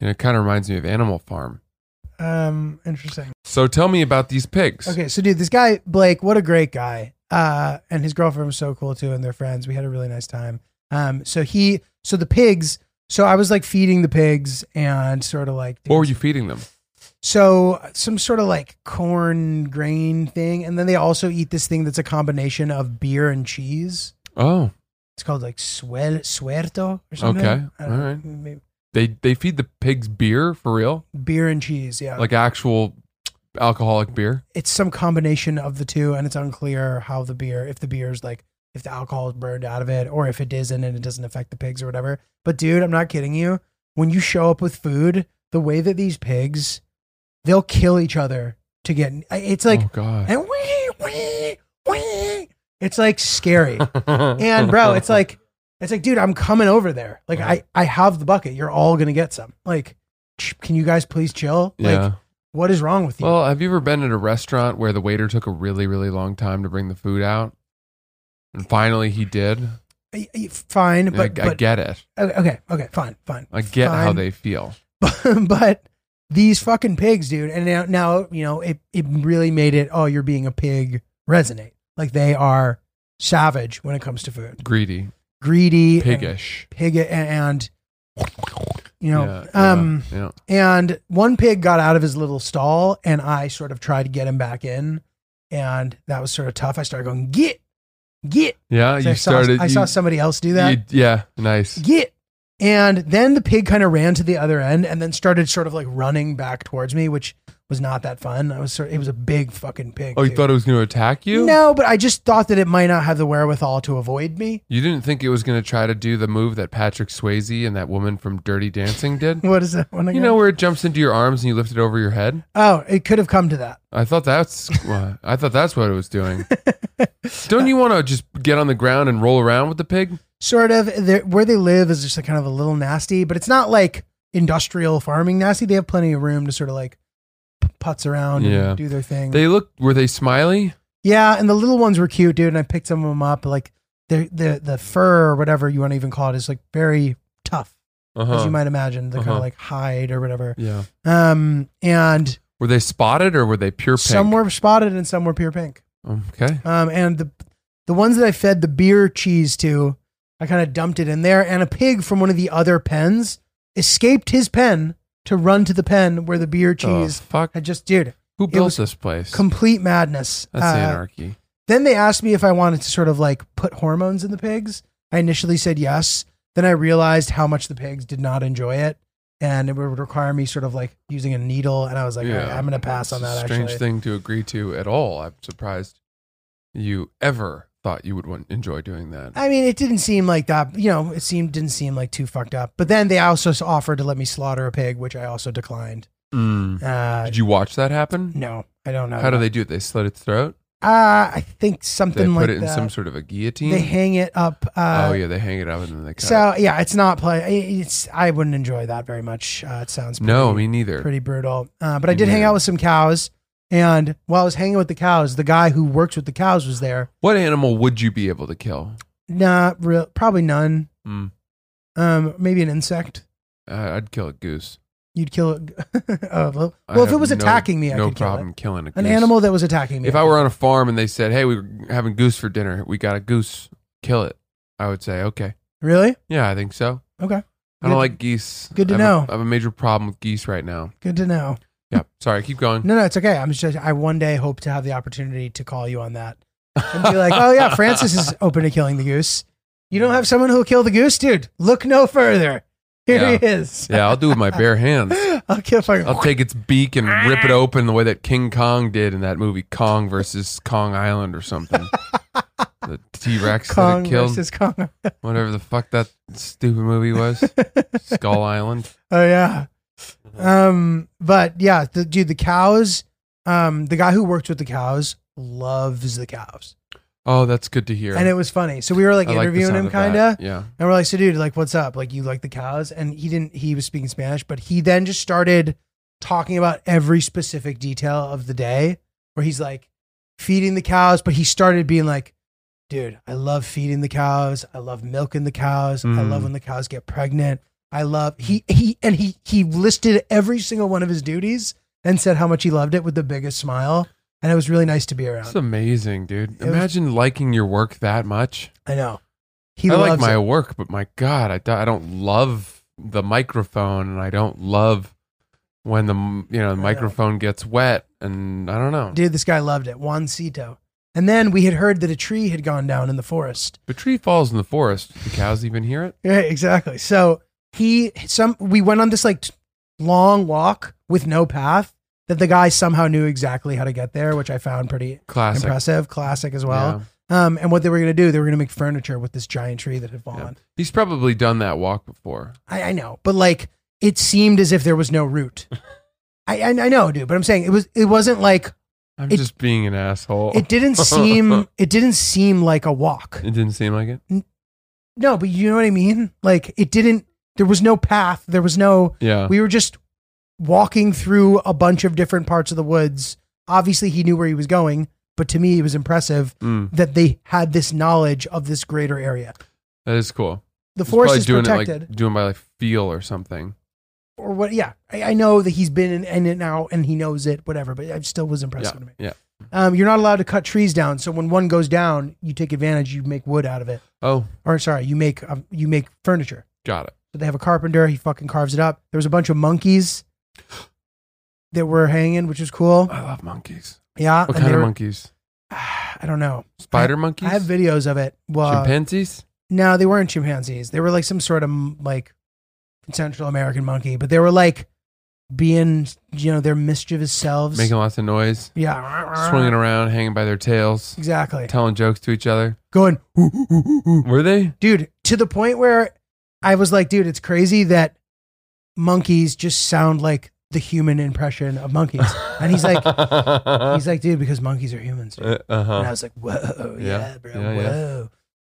Speaker 2: you know, it kind of reminds me of Animal Farm.
Speaker 1: um interesting
Speaker 2: So tell me about these pigs.
Speaker 1: Okay, so dude, this guy Blake, what a great guy. Uh, and his girlfriend was so cool too, and they're friends. We had a really nice time. Um, so he, so the pigs. So I was like feeding the pigs and sort of like.
Speaker 2: What were you feeding them?
Speaker 1: So some sort of like corn grain thing, and then they also eat this thing that's a combination of beer and cheese.
Speaker 2: Oh,
Speaker 1: It's called like suel suerto or something.
Speaker 2: Okay,
Speaker 1: I don't know,
Speaker 2: all right.
Speaker 1: maybe-
Speaker 2: they they feed the pigs beer for real,
Speaker 1: Beer and cheese, yeah.
Speaker 2: like actual alcoholic beer.
Speaker 1: it's some combination of the two and it's unclear how the beer if the beer is like if the alcohol is burned out of it or if it isn't and it doesn't affect the pigs or whatever but dude i'm not kidding you when you show up with food the way that these pigs they'll kill each other to get it's like
Speaker 2: oh god,
Speaker 1: and wee wee wee It's like scary. and bro, it's like it's like, dude, I'm coming over there. Like I I have the bucket. You're all gonna get some. Like, ch- can you guys please chill? Like,
Speaker 2: yeah.
Speaker 1: what is wrong with you?
Speaker 2: Well, have you ever been at a restaurant where the waiter took a really, really long time to bring the food out, and finally he did?
Speaker 1: I- I- fine,
Speaker 2: I,
Speaker 1: but,
Speaker 2: I
Speaker 1: but
Speaker 2: get it.
Speaker 1: okay, okay, okay, fine, fine.
Speaker 2: I get how
Speaker 1: Fine.
Speaker 2: they feel.
Speaker 1: but these fucking pigs, dude. And now, now you know it. It really made it. Oh, you're being a pig. Resonate like they are savage when it comes to food,
Speaker 2: Greedy,
Speaker 1: greedy, and
Speaker 2: piggish.
Speaker 1: pig, and, and you know,
Speaker 2: Yeah,
Speaker 1: um,
Speaker 2: yeah, yeah.
Speaker 1: and one pig got out of his little stall, and I sort of tried to get him back in, and that was sort of tough. I started going get, get.
Speaker 2: Yeah,
Speaker 1: So
Speaker 2: you
Speaker 1: I saw,
Speaker 2: started.
Speaker 1: I
Speaker 2: you-
Speaker 1: saw somebody else do that.
Speaker 2: you- yeah, nice.
Speaker 1: Git. And then the pig kind of ran to the other end and then started sort of like running back towards me, which was not that fun. I was sort it was a big fucking pig.
Speaker 2: Oh, you
Speaker 1: dude.
Speaker 2: thought it was going to attack you?
Speaker 1: No, but I just thought that it might not have the wherewithal to avoid me.
Speaker 2: You didn't think it was going to try to do the move that Patrick Swayze and that woman from Dirty Dancing did?
Speaker 1: What is that one again?
Speaker 2: You know where it jumps into your arms and you lift it over your head?
Speaker 1: oh, it could have come to that.
Speaker 2: I thought that's wha- I thought that's what it was doing. Don't you want to just get on the ground and roll around with the pig?
Speaker 1: Sort of They're- where they live is just a kind of a little nasty, but it's not like industrial farming nasty. They have plenty of room to sort of like p- putz around
Speaker 2: Yeah.
Speaker 1: and do their thing.
Speaker 2: They look were they smiley?
Speaker 1: Yeah, and the little ones were cute, dude. And I picked some of them up. Like the the the fur or whatever you want to even call it is like very tough, as
Speaker 2: Uh-huh.
Speaker 1: you might imagine. The kind
Speaker 2: Uh-huh.
Speaker 1: of like hide or whatever.
Speaker 2: yeah.
Speaker 1: Um, and
Speaker 2: Were they spotted or were they pure pink?
Speaker 1: some were spotted and some were pure pink.
Speaker 2: Okay.
Speaker 1: Um, and the the ones that I fed the beer cheese to, I kind of dumped it in there. And a pig from one of the other pens escaped his pen to run to the pen where the beer cheese
Speaker 2: The Oh, fuck.
Speaker 1: had just, dude,
Speaker 2: Who built
Speaker 1: was
Speaker 2: this place?
Speaker 1: complete madness.
Speaker 2: that's
Speaker 1: Uh,
Speaker 2: anarchy.
Speaker 1: Then they asked me if I wanted to sort of like put hormones in the pigs. I initially said yes. Then I realized how much the pigs did not enjoy it. And it would require me sort of like using a needle. And I was like,
Speaker 2: Yeah.
Speaker 1: All right, I'm going to pass on
Speaker 2: It's a
Speaker 1: that
Speaker 2: Strange
Speaker 1: actually.
Speaker 2: thing to agree to at all. I'm surprised you ever thought you would want, enjoy doing that.
Speaker 1: I mean, it didn't seem like that, you know, it seemed, didn't seem like too fucked up. But then they also s- offered to let me slaughter a pig, which I also declined.
Speaker 2: Mm.
Speaker 1: Uh,
Speaker 2: Did you watch that happen?
Speaker 1: no, I don't know.
Speaker 2: How do they do it? They slit its throat.
Speaker 1: Uh, I think
Speaker 2: They
Speaker 1: something
Speaker 2: put
Speaker 1: like
Speaker 2: it in
Speaker 1: that.
Speaker 2: some sort of a guillotine.
Speaker 1: they hang it up. Uh,
Speaker 2: oh yeah, they hang it up and then they cut. it.
Speaker 1: So yeah, it's not play. It's I wouldn't enjoy that very much. Uh, it sounds pretty,
Speaker 2: No, me neither.
Speaker 1: pretty brutal. Uh, but I did
Speaker 2: Yeah.
Speaker 1: hang out with some cows, and while I was hanging with the cows, the guy who works with the cows was there.
Speaker 2: What animal would you be able to kill?
Speaker 1: Nah, real, probably none.
Speaker 2: Mm.
Speaker 1: Um, maybe an insect.
Speaker 2: I- I'd kill a goose.
Speaker 1: You'd kill it. oh, well,
Speaker 2: I
Speaker 1: well, if it
Speaker 2: have
Speaker 1: was
Speaker 2: no-
Speaker 1: attacking me, I
Speaker 2: no
Speaker 1: could kill
Speaker 2: problem
Speaker 1: it.
Speaker 2: killing a goose.
Speaker 1: An animal that was attacking me.
Speaker 2: If I were on a farm and they said, "Hey, we we're having goose for dinner. We got a goose. Kill it." I would say, "Okay,
Speaker 1: really
Speaker 2: yeah, I think so."
Speaker 1: okay,
Speaker 2: I
Speaker 1: Good-
Speaker 2: don't like geese.
Speaker 1: good to
Speaker 2: I have a-
Speaker 1: know.
Speaker 2: I have a major problem with geese right now.
Speaker 1: good to know.
Speaker 2: Yeah, sorry. Keep going.
Speaker 1: No, no, it's okay. I'm just I one day hope to have the opportunity to call you on that and be like, oh yeah, Francis is open to killing the goose. You don't have someone who'll kill the goose, dude. Look no further. Here he is.
Speaker 2: Yeah, I'll do it with my bare hands.
Speaker 1: I'll kill fucking.
Speaker 2: I'll take its beak and rip it open the way that King Kong did in that movie Kong versus Kong Island or something. the T Rex that
Speaker 1: Kong
Speaker 2: it killed.
Speaker 1: versus Kong.
Speaker 2: whatever the fuck that stupid movie was, Skull Island.
Speaker 1: Oh yeah. Um, but yeah, the, dude, the cows. Um, the guy who worked with the cows loves the cows,
Speaker 2: Oh, that's good to hear.
Speaker 1: and it was funny. So we were like
Speaker 2: I like the
Speaker 1: interviewing
Speaker 2: sound
Speaker 1: him,
Speaker 2: of that.
Speaker 1: kind of,
Speaker 2: Yeah.
Speaker 1: and we're like, "So, dude, like, what's up? Like, you like the cows?" And he didn't. He was speaking Spanish, but he then just started talking about every specific detail of the day, where he's like feeding the cows, but he started being like. Dude, I love feeding the cows. I love milking the cows. I
Speaker 2: Mm.
Speaker 1: love when the cows get pregnant. I love he he and he he listed every single one of his duties and said how much he loved it with the biggest smile. And it was really nice to be around.
Speaker 2: It's amazing, dude.
Speaker 1: was-
Speaker 2: Imagine liking your work that much.
Speaker 1: I know. He
Speaker 2: I like
Speaker 1: loves
Speaker 2: my
Speaker 1: it.
Speaker 2: work, but my God, I, do- I don't love the microphone and I don't love when the m- you know the microphone gets wet and I don't know.
Speaker 1: Dude, this guy loved it. Juancito. And then we had heard that a tree had gone down in the forest.
Speaker 2: The tree falls in the forest. Do The cows even hear it?
Speaker 1: Yeah, exactly. So he some we went on this like t- long walk with no path that the guy somehow knew exactly how to get there, which I found pretty
Speaker 2: Classic.
Speaker 1: impressive, classic as well. Um, and what they were going to do, they were going to make furniture with this giant tree that had
Speaker 2: Yeah. Yeah.
Speaker 1: fallen.
Speaker 2: He's probably done that walk before.
Speaker 1: I, I know, but like it seemed as if there was no route. I, I I know, dude, but I'm saying it was it wasn't like
Speaker 2: I'm
Speaker 1: It-
Speaker 2: just being an asshole.
Speaker 1: It didn't seem it didn't seem like a walk.
Speaker 2: It didn't seem like it.
Speaker 1: No, but you know what I mean? Like it didn't there was no path, there was no
Speaker 2: Yeah.
Speaker 1: we were just walking through a bunch of different parts of the woods. Obviously he knew where he was going, but to me it was impressive
Speaker 2: Mm,
Speaker 1: that they had this knowledge of this greater area.
Speaker 2: that is cool.
Speaker 1: The
Speaker 2: He's
Speaker 1: forest
Speaker 2: probably
Speaker 1: is
Speaker 2: doing
Speaker 1: protected.
Speaker 2: It like, doing by like feel or something.
Speaker 1: or what yeah. I, I know that he's been in, in and out and he knows it, whatever, but it still was
Speaker 2: Yeah.
Speaker 1: impressive to me.
Speaker 2: Yeah.
Speaker 1: Um, you're not allowed to cut trees down, so when one goes down, you take advantage, you make wood out of it.
Speaker 2: Oh,
Speaker 1: Or sorry, you make um, you make furniture.
Speaker 2: got it.
Speaker 1: But they have a carpenter. He fucking carves it up. There was a bunch of monkeys that were hanging, which was cool.
Speaker 2: I love monkeys.
Speaker 1: Yeah.
Speaker 2: What
Speaker 1: and they
Speaker 2: kind of
Speaker 1: were-
Speaker 2: monkeys?
Speaker 1: I don't know.
Speaker 2: Spider monkeys?
Speaker 1: I have uh, videos of it. Well,
Speaker 2: Chimpanzees?
Speaker 1: no, they weren't chimpanzees. They were like some sort of mm, like Central American monkey, but they were like being, you know, their mischievous selves.
Speaker 2: Making lots of noise,
Speaker 1: yeah.
Speaker 2: swinging around, hanging by their tails,
Speaker 1: Exactly.
Speaker 2: telling jokes to each other.
Speaker 1: Going, "Ooh, ooh, ooh, ooh, ooh."
Speaker 2: Were they?
Speaker 1: dude, to the point where I was like, dude, it's crazy that monkeys just sound like the human impression of monkeys. And he's like,
Speaker 2: Uh-huh.
Speaker 1: He's like, dude, because monkeys are humans. dude."
Speaker 2: Uh
Speaker 1: And I
Speaker 2: huh.
Speaker 1: was like, whoa, yeah,
Speaker 2: Yeah,
Speaker 1: bro,
Speaker 2: yeah, yeah.
Speaker 1: whoa.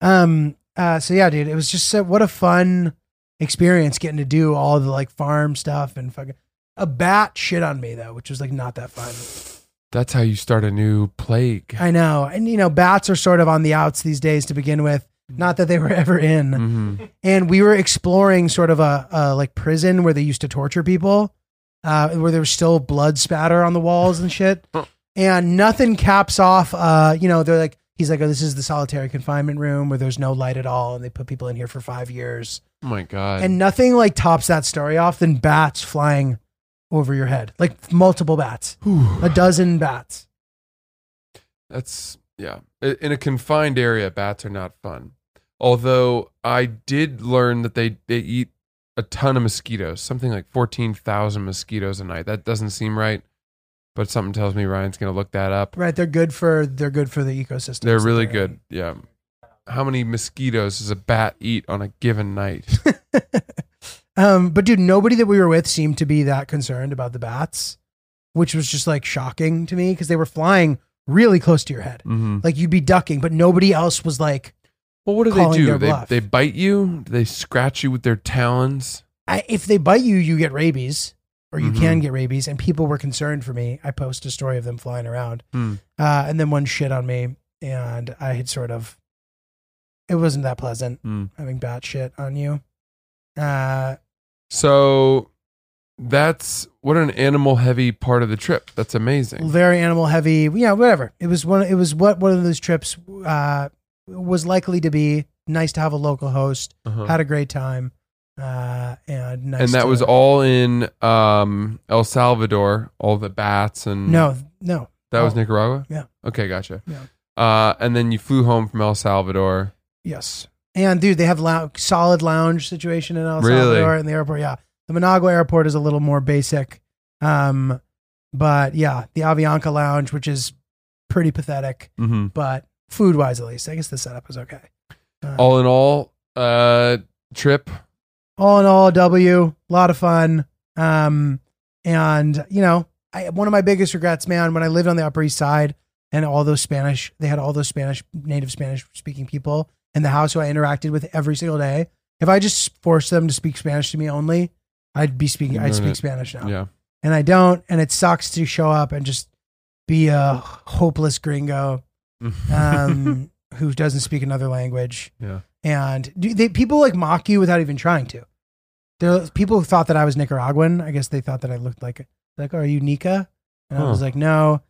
Speaker 1: Um, uh, so yeah, dude, it was just so, what a fun experience getting to do all the like farm stuff and fucking a bat shit on me though, which was like not that fun.
Speaker 2: That's how you start a new plague.
Speaker 1: I know, and you know, bats are sort of on the outs these days to begin with.
Speaker 2: Mm-hmm.
Speaker 1: Not that they were ever in,
Speaker 2: hmm
Speaker 1: and we were exploring sort of a, a like prison where they used to torture people, uh, where there was still blood spatter on the walls and shit. And nothing caps off. Uh, you know, they're like, he's like, oh, this is the solitary confinement room where there's no light at all, and they put people in here for five years.
Speaker 2: Oh my god.
Speaker 1: And nothing like tops that story off than bats flying over your head, like multiple bats,
Speaker 2: Whew.
Speaker 1: a dozen bats.
Speaker 2: That's yeah. I- In a confined area, bats are not fun. Although I did learn that they they eat a ton of mosquitoes, something like fourteen thousand mosquitoes a night. That doesn't seem right, but something tells me Ryan's gonna look that up.
Speaker 1: Right? They're good for they're good for the ecosystem.
Speaker 2: They're really
Speaker 1: in.
Speaker 2: good. Yeah. How many mosquitoes does a bat eat on a given night?
Speaker 1: Um, but dude, nobody that we were with seemed to be that concerned about the bats, which was just like shocking to me because they were flying really close to your head.
Speaker 2: hmm
Speaker 1: Like you'd be ducking, but nobody else was like,
Speaker 2: Well, what do they
Speaker 1: Calling
Speaker 2: do?
Speaker 1: their
Speaker 2: They
Speaker 1: bluff.
Speaker 2: they bite you. Do they scratch you with their talons.
Speaker 1: I, if they bite you, you get rabies or you can
Speaker 2: Mhm.
Speaker 1: get rabies. And people were concerned for me. I post a story of them flying around.
Speaker 2: Hmm.
Speaker 1: Uh, and then one shit on me. And I had sort of, it wasn't that pleasant
Speaker 2: Hmm.
Speaker 1: having bat shit on you. Uh,
Speaker 2: So that's what an animal heavy part of the trip. That's amazing.
Speaker 1: very animal heavy. Yeah, whatever. It was one. It was what one of those trips uh, was likely to be. Nice to have a local host.
Speaker 2: Uh-huh.
Speaker 1: Had a great time, uh, and nice.
Speaker 2: and that
Speaker 1: to-
Speaker 2: was all in um, El Salvador, all the bats and
Speaker 1: No, no.
Speaker 2: that was
Speaker 1: oh,
Speaker 2: Nicaragua.
Speaker 1: yeah.
Speaker 2: Okay, gotcha.
Speaker 1: Yeah.
Speaker 2: Uh, and then you flew home from El Salvador.
Speaker 1: Yes, and dude, they have lou- solid lounge situation in El
Speaker 2: Really?
Speaker 1: Salvador in the airport. Yeah, the Managua airport is a little more basic, um, but yeah, the Avianca lounge, which is pretty pathetic,
Speaker 2: Mm-hmm.
Speaker 1: but food wise at least, I guess the setup was okay. Uh,
Speaker 2: All in all, uh, trip.
Speaker 1: all in all, W, a lot of fun. Um, and you know, I, one of my biggest regrets, man, when I lived on the Upper East Side and all those Spanish, they had all those Spanish, native Spanish speaking people in the house who I interacted with every single day. If I just forced them to speak Spanish to me only, I'd be speaking,
Speaker 2: You'd
Speaker 1: I'd
Speaker 2: learn
Speaker 1: speak
Speaker 2: it.
Speaker 1: Spanish now.
Speaker 2: Yeah.
Speaker 1: And I don't. And it sucks to show up and just be a hopeless gringo um, who doesn't speak another language.
Speaker 2: Yeah.
Speaker 1: And do they people like mock you without even trying to. There are people who thought that I was Nicaraguan. I guess they thought that I looked like like are you Nika? And I
Speaker 2: Huh.
Speaker 1: was like no.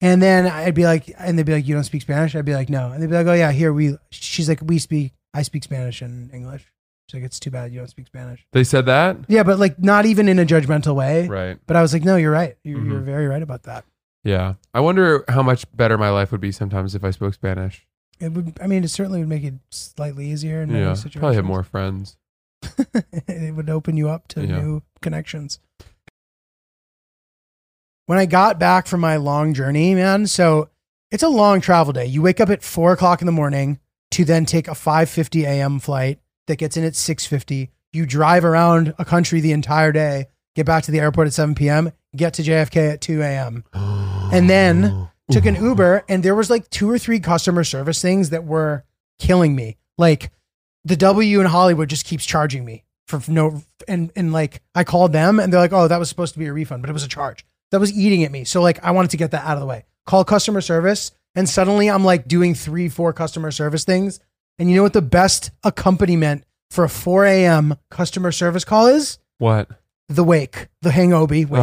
Speaker 1: And then I'd be like, and they'd be like, you don't speak Spanish. I'd be like, no. And they'd be like, oh yeah, here we. She's like, we speak. I speak Spanish and English. She's like, it's too bad you don't speak Spanish.
Speaker 2: they said that.
Speaker 1: Yeah, but like not even in a judgmental way.
Speaker 2: Right.
Speaker 1: But I was like, no, you're right. You're,
Speaker 2: Mhm.
Speaker 1: you're very right about that.
Speaker 2: Yeah. I wonder how much better my life would be sometimes if I spoke Spanish.
Speaker 1: It would. I mean, it certainly would make it slightly easier in many
Speaker 2: yeah.
Speaker 1: situations.
Speaker 2: Probably have more friends.
Speaker 1: it would open you up to
Speaker 2: Yeah.
Speaker 1: new connections. When I got back from my long journey, man, so it's a long travel day. You wake up at four o'clock in the morning to then take a five fifty a.m. flight that gets in at six fifty. You drive around a country the entire day, get back to the airport at seven p.m., get to JFK at two a.m.
Speaker 2: and
Speaker 1: And then took an Uber, and there was like two or three customer service things that were killing me. Like the W in Hollywood just keeps charging me for no, and and like I called them, and they're like, "Oh, that was supposed to be a refund, but it was a charge." That was eating at me. So like I wanted to get that out of the way. Call customer service, and suddenly I'm like doing three, four customer service things. And you know what the best accompaniment for a 4 a.m. customer service call is?
Speaker 2: What?
Speaker 1: The wake, the hangobi
Speaker 2: Uh.
Speaker 1: wake.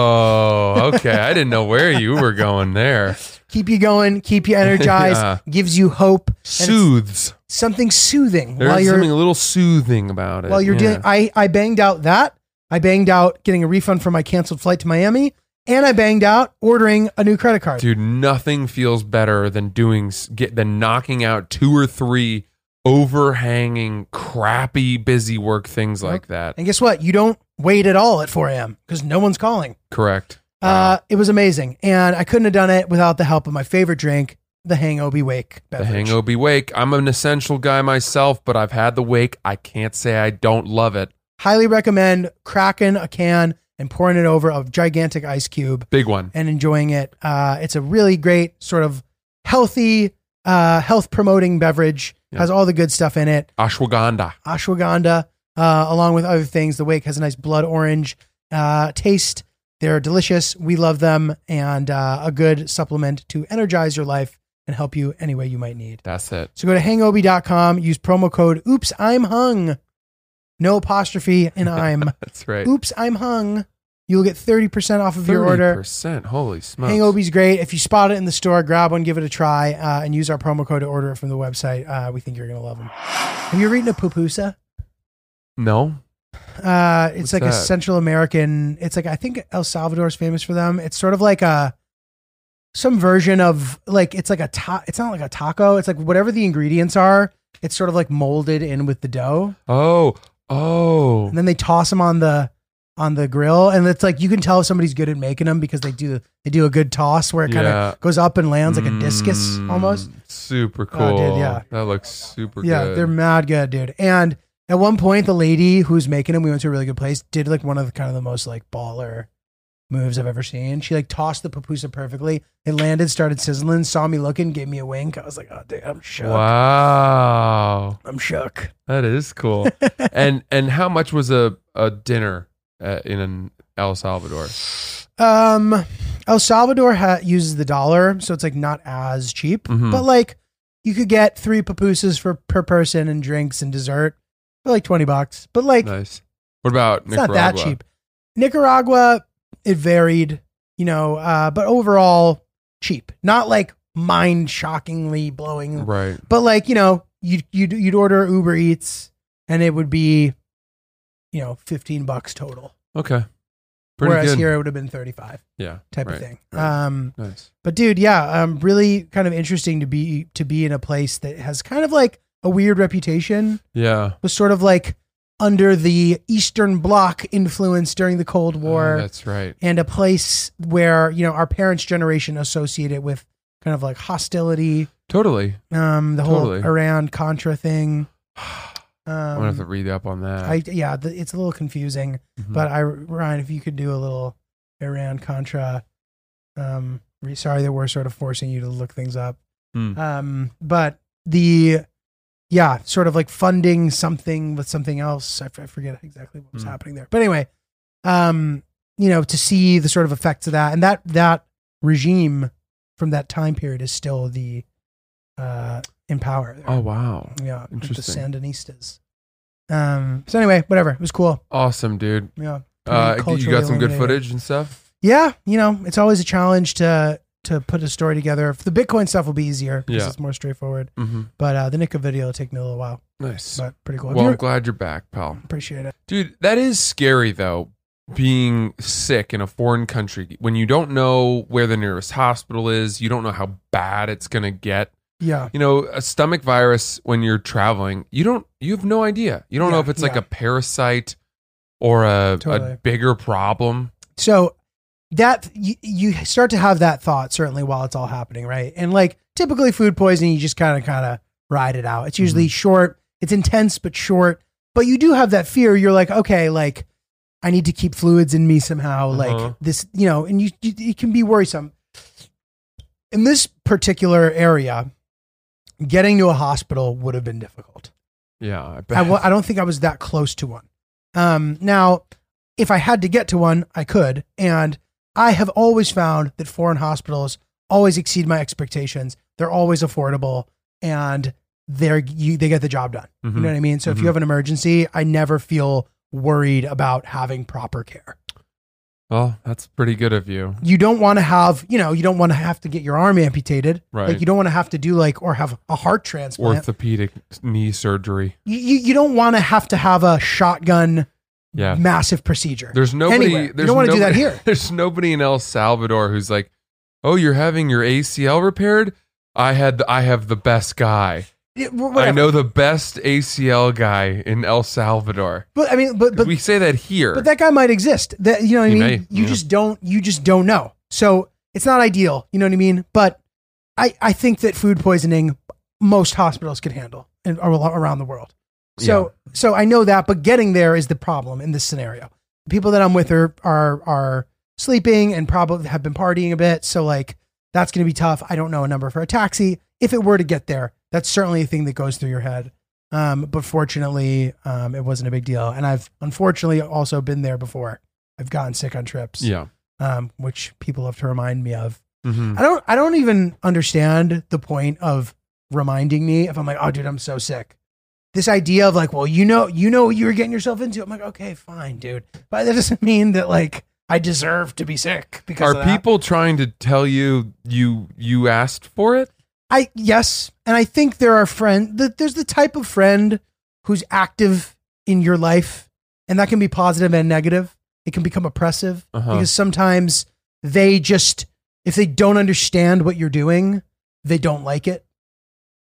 Speaker 2: Oh, okay. I didn't know where you were going there.
Speaker 1: keep you going, keep you energized,
Speaker 2: Yeah.
Speaker 1: gives you hope, and it's
Speaker 2: Soothes.
Speaker 1: something soothing while
Speaker 2: There's
Speaker 1: you're
Speaker 2: something a little soothing about it.
Speaker 1: while you're
Speaker 2: yeah.
Speaker 1: doing. I I banged out that I banged out getting a refund for my canceled flight to Miami, and I banged out ordering a new credit card.
Speaker 2: Dude, nothing feels better than doing s- get than knocking out two or three overhanging, crappy, busy work things like that.
Speaker 1: And guess what? You don't wait at all at 4 a.m. because no one's calling.
Speaker 2: Correct.
Speaker 1: Uh, it was amazing, and I couldn't have done it without the help of my favorite drink, the Hangobi Wake
Speaker 2: The
Speaker 1: beverage.
Speaker 2: hangover wake. I'm an essential guy myself, but I've had the wake. I can't say I don't love it.
Speaker 1: Highly recommend cracking a can and pouring it over a gigantic ice cube
Speaker 2: Big one.
Speaker 1: and enjoying it. Uh, it's a really great sort of healthy, uh, health promoting beverage.
Speaker 2: Yeah.
Speaker 1: Has all the good stuff in it.
Speaker 2: Ashwagandha.
Speaker 1: Ashwagandha, uh, along with other things. The Wake has a nice blood orange uh, taste. They're delicious. We love them and uh, a good supplement to energize your life and help you any way you might need.
Speaker 2: That's it.
Speaker 1: So go to hangobi.com, use promo code oops, I'm hung. No apostrophe in I'm.
Speaker 2: That's right.
Speaker 1: oops, I'm hung. You'll get 30% off of your order.
Speaker 2: percent. Holy smokes.
Speaker 1: Hangobi's great. If you spot it in the store, grab one, give it a try, uh, and use our promo code to order it from the website. Uh, we think you're going to love them. Have you ever eaten a pupusa?
Speaker 2: No.
Speaker 1: Uh, it's
Speaker 2: What's
Speaker 1: like a
Speaker 2: that?
Speaker 1: Central American. It's like I think El Salvador's famous for them. It's sort of like a some version of like it's like a ta- it's not like a taco. It's like whatever the ingredients are. It's sort of like molded in with the dough,
Speaker 2: Oh. Oh.
Speaker 1: and then they toss them on the on the grill, and it's like you can tell if somebody's good at making them because they do they do a good toss where it kind of
Speaker 2: Yeah.
Speaker 1: goes up and lands like a discus
Speaker 2: Mm,
Speaker 1: almost.
Speaker 2: Super cool.
Speaker 1: Oh, dude, yeah.
Speaker 2: That looks super
Speaker 1: yeah,
Speaker 2: good.
Speaker 1: they're mad good, dude. And at one point, the lady who was making them, we went to a really good place, did like one of the kind of the most like baller moves I've ever seen. She like tossed the pupusa perfectly. It landed, started sizzling, saw me looking, gave me a wink. I was like, oh, dude, I'm shook.
Speaker 2: Wow.
Speaker 1: I'm shook.
Speaker 2: That is cool. and and how much was a, a dinner uh, in El Salvador?
Speaker 1: Um, El Salvador ha- uses the dollar, so it's like not as cheap,
Speaker 2: Mhm.
Speaker 1: but like you could get three pupusas for per person and drinks and dessert for like 20 bucks. But like,
Speaker 2: Nice. What about
Speaker 1: it's
Speaker 2: Nicaragua?
Speaker 1: not that cheap. Nicaragua, it varied, you know, uh, but overall cheap. Not like mind shockingly blowing,
Speaker 2: Right.
Speaker 1: but like you know, you'd you'd you'd order Uber Eats and it would be, you know, fifteen bucks total.
Speaker 2: Okay. Pretty
Speaker 1: Whereas
Speaker 2: good.
Speaker 1: here it would have been thirty five
Speaker 2: yeah.
Speaker 1: type
Speaker 2: right,
Speaker 1: of thing.
Speaker 2: right.
Speaker 1: Um,
Speaker 2: nice.
Speaker 1: but dude, yeah, um, really kind of interesting to be to be in a place that has kind of like a weird reputation
Speaker 2: Yeah.
Speaker 1: was sort of like under the Eastern Bloc influence during the Cold War
Speaker 2: Oh, that's right.
Speaker 1: and a place where, you know, our parents' generation associate it with kind of like hostility,
Speaker 2: Totally.
Speaker 1: um, the
Speaker 2: Totally.
Speaker 1: whole Iran Contra thing.
Speaker 2: I'm gonna have to
Speaker 1: Um,
Speaker 2: read up on that.
Speaker 1: I, yeah, the, it's a little confusing,
Speaker 2: Mhm.
Speaker 1: but I, Ryan, if you could do a little Iran Contra, um, re- sorry that we're sort of forcing you to look things up.
Speaker 2: Hmm.
Speaker 1: Um, but the yeah, sort of like funding something with something else. I, f- I forget exactly what was
Speaker 2: Hmm.
Speaker 1: happening there, but anyway, um, you know, to see the sort of effects of that and that that regime from that time period is still the uh in power. there.
Speaker 2: oh wow.
Speaker 1: yeah, with
Speaker 2: interesting.
Speaker 1: The Sandinistas. Um. So anyway, whatever. It was cool.
Speaker 2: Awesome, dude.
Speaker 1: Yeah. Pretty
Speaker 2: Uh, you
Speaker 1: culturally
Speaker 2: got some good
Speaker 1: illuminating.
Speaker 2: footage and stuff.
Speaker 1: Yeah. You know, it's always a challenge to to put a story together. The Bitcoin stuff will be easier because
Speaker 2: Yeah.
Speaker 1: it's more straightforward.
Speaker 2: Mm-hmm.
Speaker 1: But uh, the Nika video will take me a little while,
Speaker 2: Nice.
Speaker 1: but pretty cool. If
Speaker 2: Well, I'm
Speaker 1: you're-
Speaker 2: glad you're back, pal.
Speaker 1: appreciate it.
Speaker 2: Dude, that is scary though, being sick in a foreign country when you don't know where the nearest hospital is, you don't know how bad it's going to get.
Speaker 1: Yeah,
Speaker 2: You know, a stomach virus when you're traveling, you don't you have no idea. You don't know
Speaker 1: Yeah,
Speaker 2: if it's like
Speaker 1: yeah.
Speaker 2: a parasite or a,
Speaker 1: Totally.
Speaker 2: a bigger problem.
Speaker 1: so that you, you start to have that thought certainly while it's all happening, right? And like typically food poisoning, you just kind of kind of ride it out. It's usually short. It's intense but short. But you do have that fear. You're like, okay, like I need to keep fluids in me somehow.
Speaker 2: Uh-huh.
Speaker 1: Like this, you know, and you, you it can be worrisome. in this particular area, getting to a hospital would have been difficult.
Speaker 2: Yeah, I bet.
Speaker 1: I w- I don't think I was that close to one. Um, now, if I had to get to one, I could. And I have always found that foreign hospitals always exceed my expectations. They're always affordable and they're, you, they get the job done. You
Speaker 2: Mhm.
Speaker 1: know what I mean? So if
Speaker 2: Mhm.
Speaker 1: you have an emergency, I never feel worried about having proper care.
Speaker 2: Well, that's pretty good of you.
Speaker 1: You don't want to have, you know, you don't want to have to get your arm amputated.
Speaker 2: Right.
Speaker 1: Like you don't want to have to do like or have a heart transplant.
Speaker 2: Orthopedic knee surgery.
Speaker 1: you, you you don't want to have to have a shotgun
Speaker 2: Yeah.
Speaker 1: massive procedure.
Speaker 2: There's nobody.
Speaker 1: Anywhere. You
Speaker 2: There's
Speaker 1: don't wanna do that
Speaker 2: nobody-
Speaker 1: here.
Speaker 2: There's nobody in El Salvador who's like, "Oh, you're having your ACL repaired? I had. I have the best guy.
Speaker 1: It- wh- whatever.
Speaker 2: I know the best ACL guy in El Salvador.
Speaker 1: But I mean, but but
Speaker 2: we say that here.
Speaker 1: but that guy might exist. That you know what I
Speaker 2: He
Speaker 1: mean.
Speaker 2: may,
Speaker 1: you
Speaker 2: yeah.
Speaker 1: just don't you just don't know. So it's not ideal. You know what I mean. But I I think that food poisoning most hospitals can handle and ar- around the world. So so I know that, but getting there is the problem in this scenario. The people that I'm with are are are sleeping and probably have been partying a bit. So like that's going to be tough. I don't know a number for a taxi. If it were to get there, that's certainly a thing that goes through your head. Um, but fortunately, um, it wasn't a big deal. And I've unfortunately also been there before. I've gotten sick on trips,
Speaker 2: yeah.
Speaker 1: um, which people have to remind me of.
Speaker 2: hmm
Speaker 1: I don't. I don't even understand the point of reminding me if I'm like, oh, dude, I'm so sick. This idea of like, well, you know, you know what you were getting yourself into. I'm like, okay, fine, dude, but that doesn't mean that like I deserve to be sick because
Speaker 2: Are
Speaker 1: of that.
Speaker 2: people trying to tell you you you asked for it?
Speaker 1: I yes, and I think there are friend that there's the type of friend who's active in your life, and that can be positive and negative. It can become oppressive
Speaker 2: Uh-huh.
Speaker 1: because sometimes they just if they don't understand what you're doing, they don't like it,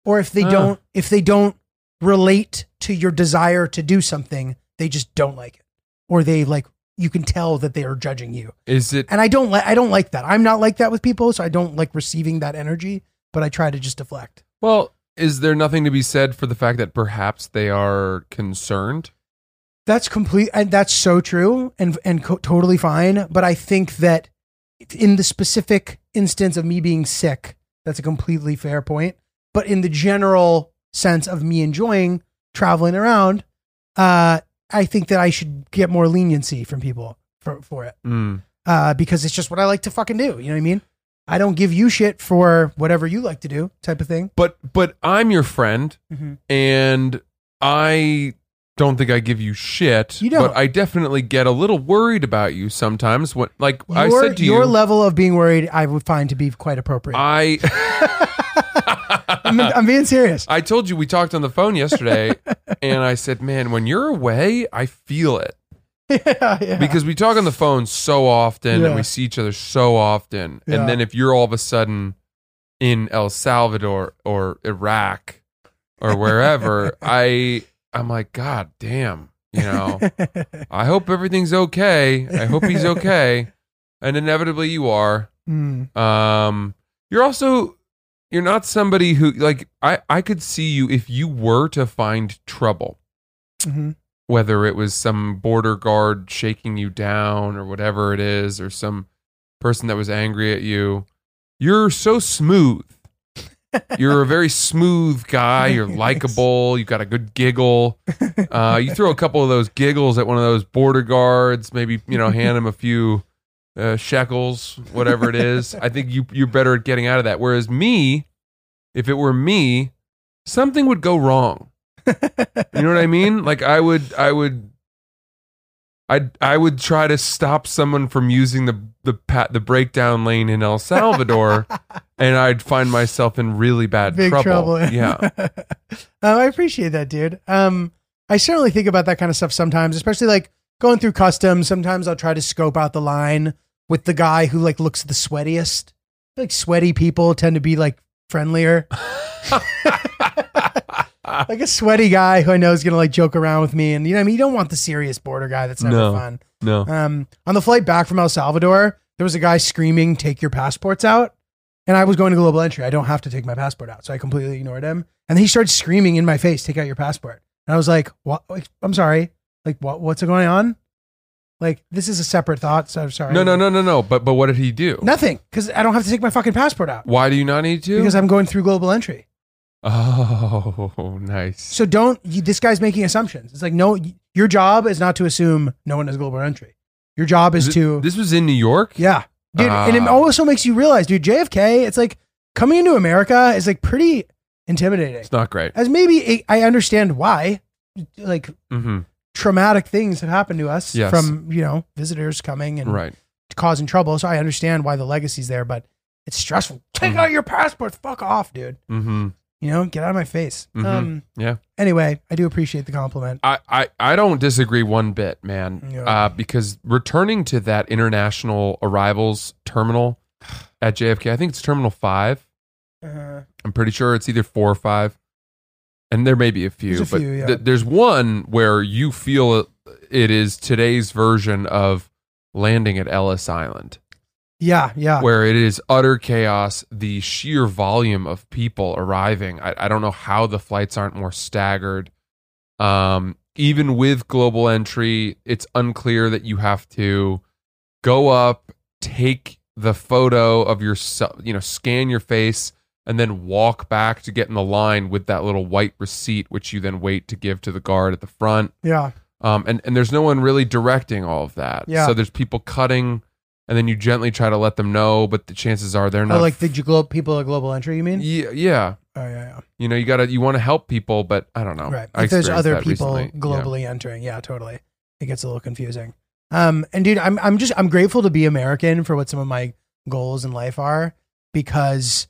Speaker 1: or if they
Speaker 2: Huh.
Speaker 1: don't if they don't relate to your desire to do something, they just don't like it, or they like you can tell that they are judging you
Speaker 2: Is it
Speaker 1: and I don't like I don't like that. I'm not like that with people, so I don't like receiving that energy. But I try to just deflect.
Speaker 2: well? Is there nothing to be said for the fact that perhaps they are concerned?
Speaker 1: That's complete, and that's so true, and and co- totally fine. But I think that in the specific instance of me being sick, that's a completely fair point. But in the general sense of me enjoying traveling around, uh, I think that I should get more leniency from people for for it.
Speaker 2: Mm.
Speaker 1: uh, because it's just what I like to fucking do. You know what I mean? I don't give you shit for whatever you like to do, type of thing.
Speaker 2: But but I'm your friend.
Speaker 1: Mm-hmm.
Speaker 2: and I don't think I give you shit.
Speaker 1: You don't.
Speaker 2: But I definitely get a little worried about you sometimes. When, like
Speaker 1: Your,
Speaker 2: I said to
Speaker 1: your
Speaker 2: you,
Speaker 1: level of being worried, I would find to be quite appropriate. I'm,
Speaker 2: I.
Speaker 1: I'm being serious.
Speaker 2: I told you we talked on the phone yesterday, and I said, "Man, when you're away, I feel it
Speaker 1: yeah, yeah.
Speaker 2: because we talk on the phone so often, and
Speaker 1: Yeah.
Speaker 2: we see each other so often.
Speaker 1: Yeah.
Speaker 2: And then if you're all of a sudden in El Salvador or Iraq or wherever, I I'm like, God damn, you know, I hope everything's okay. I hope he's okay. And inevitably you are.
Speaker 1: Mm.
Speaker 2: Um you're also you're not somebody who like I I could see you if you were to find trouble,
Speaker 1: Mhm.
Speaker 2: whether it was some border guard shaking you down or whatever it is or some person that was angry at you. You're so smooth. You're a very smooth guy. You're
Speaker 1: Nice.
Speaker 2: likable. You've got a good giggle. Uh, you throw a couple of those giggles at one of those border guards, maybe you know, hand him a few uh, shekels, whatever it is. I think you you're better at getting out of that. Whereas me, if it were me, something would go wrong. You know what I mean? Like I would I would I I would try to stop someone from using the the pat the breakdown lane in El Salvador, and I'd find myself in really bad
Speaker 1: Big
Speaker 2: trouble.
Speaker 1: trouble.
Speaker 2: Yeah.
Speaker 1: um, I appreciate that, dude. Um, I certainly think about that kind of stuff sometimes, especially like going through customs. Sometimes I'll try to scope out the line with the guy who like looks the sweatiest. I feel Like sweaty people tend to be like friendlier. like a sweaty guy who I know is gonna like joke around with me, and you know, what I mean, you don't want the serious border guy that's never
Speaker 2: No.
Speaker 1: fun.
Speaker 2: No.
Speaker 1: Um, on the flight back from El Salvador, there was a guy screaming, "Take your passports out!" And I was going to global entry. I don't have to take my passport out, so I completely ignored him. And he started screaming in my face, "Take out your passport!" And I was like, "What? Like, I'm sorry. Like, what? What's going on?" Like this is a separate thought. So I'm sorry.
Speaker 2: No, no, no, no, no. But but what did he do?
Speaker 1: Nothing, because I don't have to take my fucking passport out
Speaker 2: Why do you not need to?
Speaker 1: because I'm going through global entry.
Speaker 2: oh, nice.
Speaker 1: So don't. You, this guy's making assumptions. It's like no, y- your job is not to assume no one has global entry. Your job is
Speaker 2: Th-
Speaker 1: to
Speaker 2: This was in New York.
Speaker 1: yeah, dude. and it
Speaker 2: Ah.
Speaker 1: also makes you realize, dude. JFK. It's like coming into America is like pretty intimidating.
Speaker 2: It's not great.
Speaker 1: As maybe it, I understand why, like
Speaker 2: hmm
Speaker 1: traumatic things have happened to us
Speaker 2: Yes.
Speaker 1: from you know visitors coming and
Speaker 2: Right.
Speaker 1: causing trouble. So I understand why the legacy's there, but it's stressful. Take
Speaker 2: Mhm.
Speaker 1: out your passport. Fuck off, dude.
Speaker 2: hmm
Speaker 1: You know, get out of my face.
Speaker 2: Mhm.
Speaker 1: Um,
Speaker 2: Yeah.
Speaker 1: Anyway, I do appreciate the compliment.
Speaker 2: I, I, I don't disagree one bit, man.
Speaker 1: Yeah.
Speaker 2: Uh, because returning to that international arrivals terminal at JFK, I think it's Terminal Five.
Speaker 1: Uh,
Speaker 2: I'm pretty sure it's either four or five, and there may be a few,
Speaker 1: There's a
Speaker 2: but
Speaker 1: few, yeah.
Speaker 2: th- there's one where you feel it, it is today's version of landing at Ellis Island,
Speaker 1: yeah, yeah.
Speaker 2: where it is utter chaos. The sheer volume of people arriving, I, I don't know how the flights aren't more staggered. Um, even with global entry, it's unclear that you have to go up, take the photo of yourself, you know, scan your face, and then walk back to get in the line with that little white receipt, which you then wait to give to the guard at the front.
Speaker 1: yeah.
Speaker 2: Um, and, and there's no one really directing all of that.
Speaker 1: Yeah.
Speaker 2: So there's people cutting, and then you gently try to let them know, but the chances are they're not.
Speaker 1: Oh, like the glo- people at Global Entry, you mean?
Speaker 2: yeah, yeah.
Speaker 1: Oh, yeah,
Speaker 2: You know, you gotta you want to help people, but I don't know.
Speaker 1: yeah. Right.
Speaker 2: I
Speaker 1: If there's
Speaker 2: experienced
Speaker 1: other
Speaker 2: that
Speaker 1: people
Speaker 2: recently. Yeah.
Speaker 1: globally entering, yeah, totally. It gets a little confusing. Um, and dude, I'm I'm just I'm grateful to be American for what some of my goals in life are because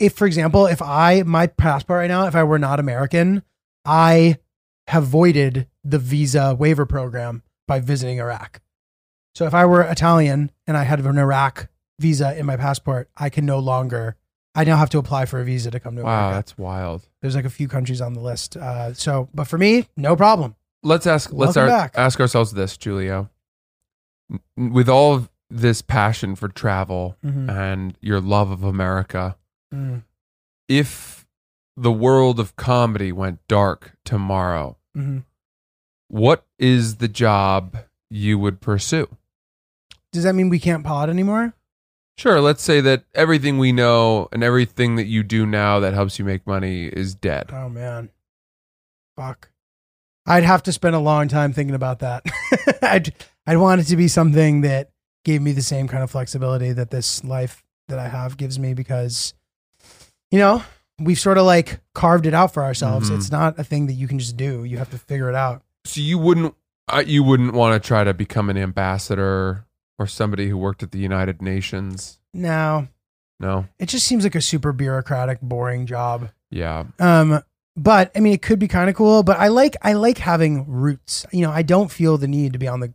Speaker 1: if, for example, if I my passport right now, if I were not American, I have voided the visa waiver program by visiting Iraq. So if I were Italian and I had an Iraq visa in my passport, I can no longer. I now have to apply for a visa to come to
Speaker 2: Wow,
Speaker 1: America.
Speaker 2: that's wild.
Speaker 1: There's like a few countries on the list. Uh, so, but for me, no problem.
Speaker 2: let's ask let's
Speaker 1: Welcome
Speaker 2: ar-
Speaker 1: back.
Speaker 2: ask ourselves this, Julio. N- With all of this passion for travel and your love of America,
Speaker 1: Mm,
Speaker 2: if the world of comedy went dark tomorrow,
Speaker 1: mhm.
Speaker 2: what is the job you would pursue?
Speaker 1: Does that mean we can't pod anymore?
Speaker 2: Sure, let's say that everything we know and everything that you do now that helps you make money is dead.
Speaker 1: Oh man, fuck. I'd have to spend a long time thinking about that. I'd I'd want it to be something that gave me the same kind of flexibility that this life that I have gives me because, you know, we've sort of like carved it out for ourselves.
Speaker 2: Mhm.
Speaker 1: It's not a thing that you can just do. You have to figure it out.
Speaker 2: So you wouldn't uh, you wouldn't want to try to become an ambassador or somebody who worked at the United Nations?
Speaker 1: No,
Speaker 2: No.
Speaker 1: it just seems like a super bureaucratic, boring job.
Speaker 2: Yeah.
Speaker 1: Um, but I mean, it could be kind of cool. But I like I like having roots. You know, I don't feel the need to be on the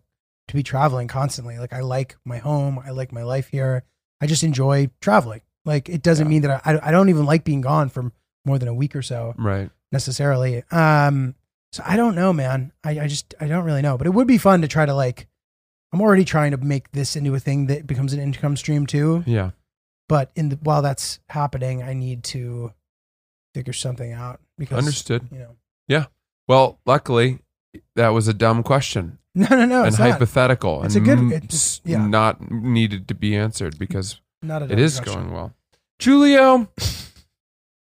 Speaker 1: to be traveling constantly. Like I like my home. I like my life here. I just enjoy traveling. Like it doesn't
Speaker 2: Yeah.
Speaker 1: mean that I I- I don't even like being gone for more than a week or so
Speaker 2: Right.
Speaker 1: necessarily. Um, so I don't know, man. I, I just I don't really know. But it would be fun to try to like. I'm already trying to make this into a thing that becomes an income stream too.
Speaker 2: Yeah.
Speaker 1: But in the, while that's happening, I need to figure something out because
Speaker 2: Understood.
Speaker 1: you know.
Speaker 2: Well, luckily, that was a dumb question
Speaker 1: No, no, no.
Speaker 2: and
Speaker 1: It's not,
Speaker 2: hypothetical
Speaker 1: It's
Speaker 2: and
Speaker 1: a good-
Speaker 2: m-
Speaker 1: it's- yeah.
Speaker 2: not needed to be answered because
Speaker 1: not a
Speaker 2: it is
Speaker 1: discussion.
Speaker 2: going well. Julio,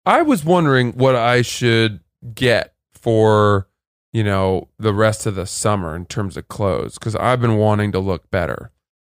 Speaker 2: I was wondering what I should get for, you know, the rest of the summer in terms of clothes cuz I've been wanting to look better.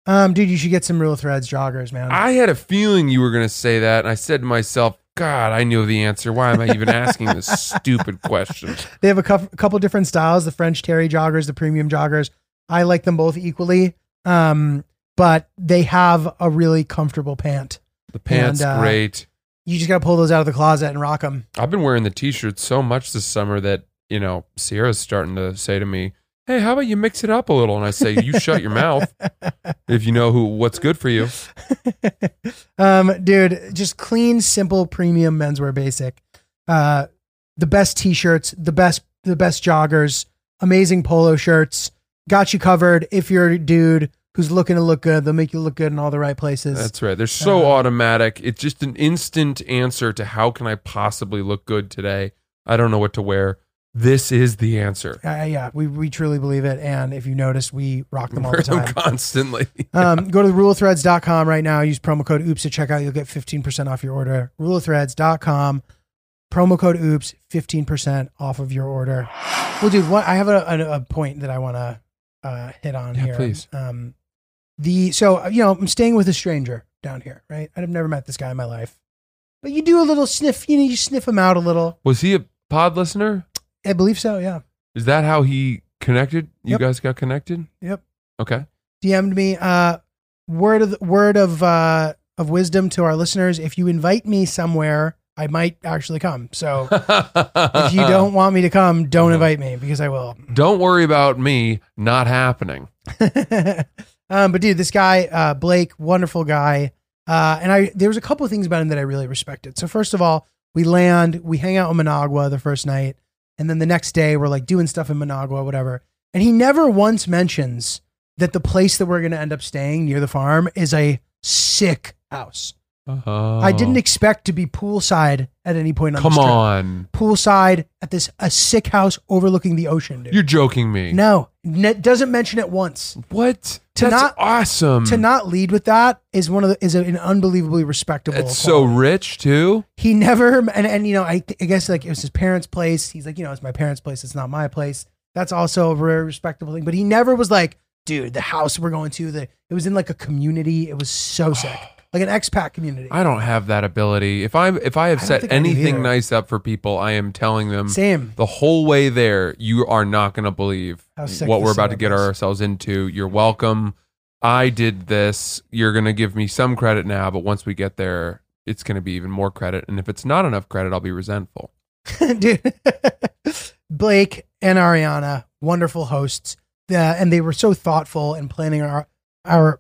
Speaker 1: Um, dude, you should get some Real Threads joggers, man.
Speaker 2: I had a feeling you were going to say that and I said to myself, God, I knew the answer. Why am I even asking this stupid question?
Speaker 1: they have a cou- couple different styles: the French Terry joggers, the premium joggers. I like them both equally. Um, but they have a really comfortable pant.
Speaker 2: The pants
Speaker 1: uh,
Speaker 2: great.
Speaker 1: You just gotta pull those out of the closet and rock them.
Speaker 2: I've been wearing the t-shirts so much this summer that, you know, Sierra's starting to say to me, "Hey, how about you mix it up a little?" And I say, "You shut your mouth if you know who what's good for you."
Speaker 1: um, dude, just clean, simple, premium menswear basic. Uh, the best t-shirts, the best, the best joggers, amazing polo shirts. Got you covered if you're a dude who's looking to look good. They'll make you look good in all the right places.
Speaker 2: That's right. They're so
Speaker 1: Uh,
Speaker 2: automatic. It's just an instant answer to how can I possibly look good today? I don't know what to wear. this is the answer.
Speaker 1: Uh, yeah, we, we truly believe it. And if you notice, we rock them all
Speaker 2: We're
Speaker 1: the time.
Speaker 2: constantly.
Speaker 1: Um, go to rulethreads.com right now. Use promo code OOPS at checkout. You'll get 15% off your order. Rulethreads.com, promo code OOPS, 15% off of your order. Well, dude, what, I have a, a, a point that I want to uh, hit on
Speaker 2: Yeah,
Speaker 1: here.
Speaker 2: please.
Speaker 1: Um, the So, you know, I'm staying with a stranger down here, right? I've never met this guy in my life. But you do a little sniff, you know, you sniff him out a little.
Speaker 2: Was he a pod listener?
Speaker 1: I believe so, yeah.
Speaker 2: Is that how he connected? You
Speaker 1: Yep.
Speaker 2: guys got connected?
Speaker 1: Yep.
Speaker 2: Okay.
Speaker 1: DM'd me. Uh, word of word of uh, of wisdom to our listeners: if you invite me somewhere, I might actually come. So if
Speaker 2: if
Speaker 1: you don't want me to come, don't
Speaker 2: Mhm.
Speaker 1: invite me because I will.
Speaker 2: don't worry about me not happening.
Speaker 1: um, but dude, this guy uh, Blake, wonderful guy, uh, and I there was a couple of things about him that I really respected. So first of all, we land, we hang out in Managua the first night, and then the next day we're like doing stuff in Managua, whatever. And he never once mentions that the place that we're going to end up staying near the farm is a sick house. Uh-huh. I didn't expect to be poolside at any point on
Speaker 2: Oh. Come
Speaker 1: this trip.
Speaker 2: on.
Speaker 1: Poolside at this a sick house overlooking the ocean, dude.
Speaker 2: You're joking me.
Speaker 1: no, n- doesn't mention it once.
Speaker 2: What?
Speaker 1: To
Speaker 2: That's
Speaker 1: not-
Speaker 2: awesome.
Speaker 1: to not lead with that is one of the, is an unbelievably respectable.
Speaker 2: it's so
Speaker 1: quality.
Speaker 2: rich too.
Speaker 1: he never and and you know I I guess like it was his parents' place. He's like you know it's my parents' place. It's not my place. That's also a very respectable thing. But he never was like, dude, the house we're going to. The it was in like a community. It was so sick, like an expat community.
Speaker 2: I don't have that ability. If I if I have
Speaker 1: I don't
Speaker 2: set
Speaker 1: think I do
Speaker 2: anything
Speaker 1: either.
Speaker 2: nice up for people, I am telling them
Speaker 1: Same.
Speaker 2: the whole way there. You are not going to believe
Speaker 1: How sick
Speaker 2: what
Speaker 1: this
Speaker 2: we're about
Speaker 1: setup
Speaker 2: to get
Speaker 1: is.
Speaker 2: ourselves into. You're welcome. I did this. You're going to give me some credit now, but once we get there, it's going to be even more credit. And if it's not enough credit, I'll be resentful.
Speaker 1: dude. Blake and Ariana, wonderful hosts, uh, and they were so thoughtful in planning our our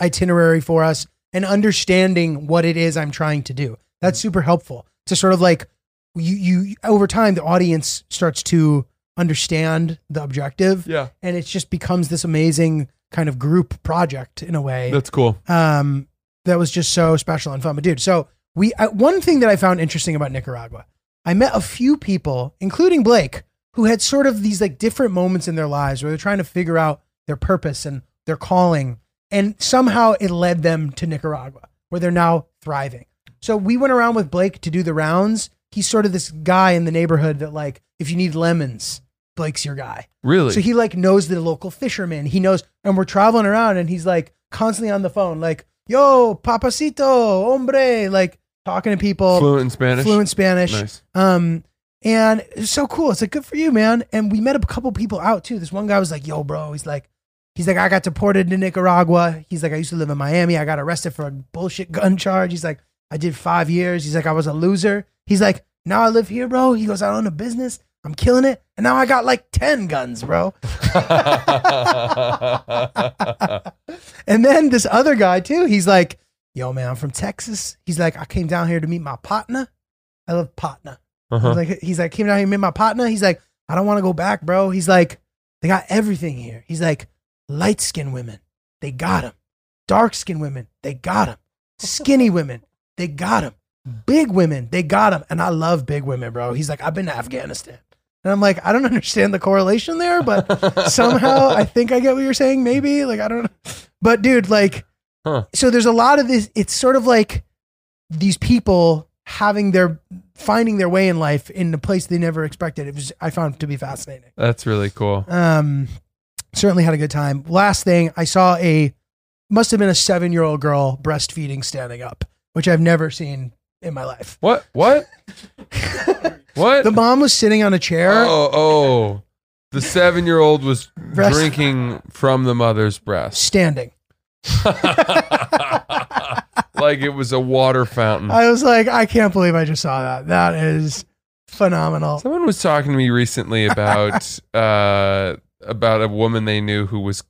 Speaker 1: itinerary for us and understanding what it is I'm trying to do. That's super helpful to sort of like you you over time the audience starts to understand the objective,
Speaker 2: Yeah,
Speaker 1: and it just becomes this amazing kind of group project in a way
Speaker 2: that's cool.
Speaker 1: um, that was just so special and fun. But dude, so we I, one thing that I found interesting about Nicaragua, I met a few people, including Blake, who had sort of these like different moments in their lives where they're trying to figure out their purpose and their calling, and somehow it led them to Nicaragua, where they're now thriving. So we went around with Blake to do the rounds. He's sort of this guy in the neighborhood that like if you need lemons, Blake's your guy.
Speaker 2: Really?
Speaker 1: So he like knows the local fisherman. He knows, and we're traveling around, and he's like constantly on the phone, like "Yo, papacito, hombre," like talking to people,
Speaker 2: fluent in Spanish.
Speaker 1: fluent Spanish.
Speaker 2: Nice.
Speaker 1: Um, and it's so cool. It's like good for you, man. And we met a couple people out too. This one guy was like, "Yo, bro," he's like, he's like, "I got deported to Nicaragua." He's like, "I used to live in Miami. I got arrested for a bullshit gun charge." He's like, "I did five years." He's like, "I was a loser." He's like, "Now I live here, bro." He goes, "I own a business. I'm killing it." And now I got like ten guns, bro.
Speaker 2: Uh-huh.
Speaker 1: And then this other guy too, he's like, "Yo, man, I'm from Texas." He's like, "I came down here to meet my partner. I love partner." I was
Speaker 2: Uh-huh.
Speaker 1: Like he's like, "Came down here to meet my partner." He's like, "I don't want to go back, bro." He's like, "They got everything here." He's like, "Light skinned women, they got them. Dark skinned women, they got them. Skinny women, they got them. Big women, they got them." And I love big women, bro. He's like, "I've been to Afghanistan." And I'm like, I don't understand the correlation there, but somehow I think I get what you're saying. Maybe like I don't know, but dude, like,
Speaker 2: Huh.
Speaker 1: so there's a lot of this. It's sort of like these people having their finding their way in life in a place they never expected. It was I found to be fascinating.
Speaker 2: That's really cool.
Speaker 1: Um, certainly had a good time. Last thing I saw a must have been a seven year old girl breastfeeding standing up, which I've never seen in my life.
Speaker 2: What? What? what?
Speaker 1: The mom was sitting on a chair.
Speaker 2: Oh, oh. The seven year old was
Speaker 1: Breast-
Speaker 2: drinking from the mother's breast.
Speaker 1: Standing.
Speaker 2: like it was a water fountain.
Speaker 1: I was like, I can't believe I just saw that. That is phenomenal.
Speaker 2: Someone was talking to me recently about uh, about a woman they knew who was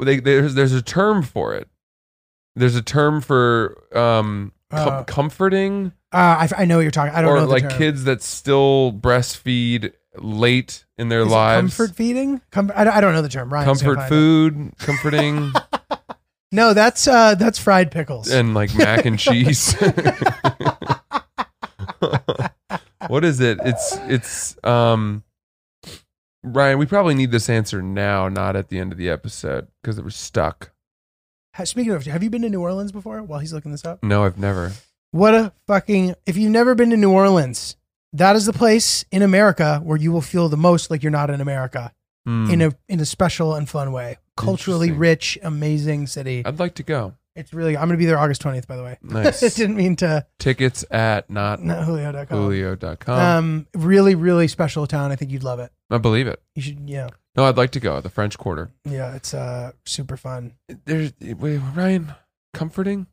Speaker 2: they, there's there's a term for it. There's a term for um, com-
Speaker 1: Uh,
Speaker 2: comforting
Speaker 1: Uh, I, I know what you're talking. I don't
Speaker 2: or
Speaker 1: know the
Speaker 2: like
Speaker 1: term.
Speaker 2: kids that still breastfeed late in their
Speaker 1: Is it
Speaker 2: lives.
Speaker 1: comfort feeding. Com- I, don't- I don't know the term. Ryan's gonna
Speaker 2: Comfort
Speaker 1: find it.
Speaker 2: food, comforting,
Speaker 1: No, that's uh, that's fried pickles.
Speaker 2: and like mac and cheese. what is it? It's it's um Ryan, we probably need this answer now, not at the end of the episode, because we're stuck.
Speaker 1: Ha- Speaking of, have you been to New Orleans before? While he's looking this up,
Speaker 2: No, I've never.
Speaker 1: what a fucking! If you've never been to New Orleans, that is the place in America where you will feel the most like you're not in America
Speaker 2: Hmm.
Speaker 1: in a in a special and fun way. Culturally
Speaker 2: Interesting.
Speaker 1: rich, amazing city.
Speaker 2: I'd like to go.
Speaker 1: It's really. I'm going to be there August 20th, by the way.
Speaker 2: Nice.
Speaker 1: Didn't mean to.
Speaker 2: Tickets at not
Speaker 1: Not Julio.com.
Speaker 2: Julio.com.
Speaker 1: Um, really, really special town. I think you'd love it.
Speaker 2: I believe it.
Speaker 1: You should. Yeah,
Speaker 2: No, I'd like to go. The French Quarter.
Speaker 1: yeah. It's uh super fun.
Speaker 2: There's wait, Ryan comforting.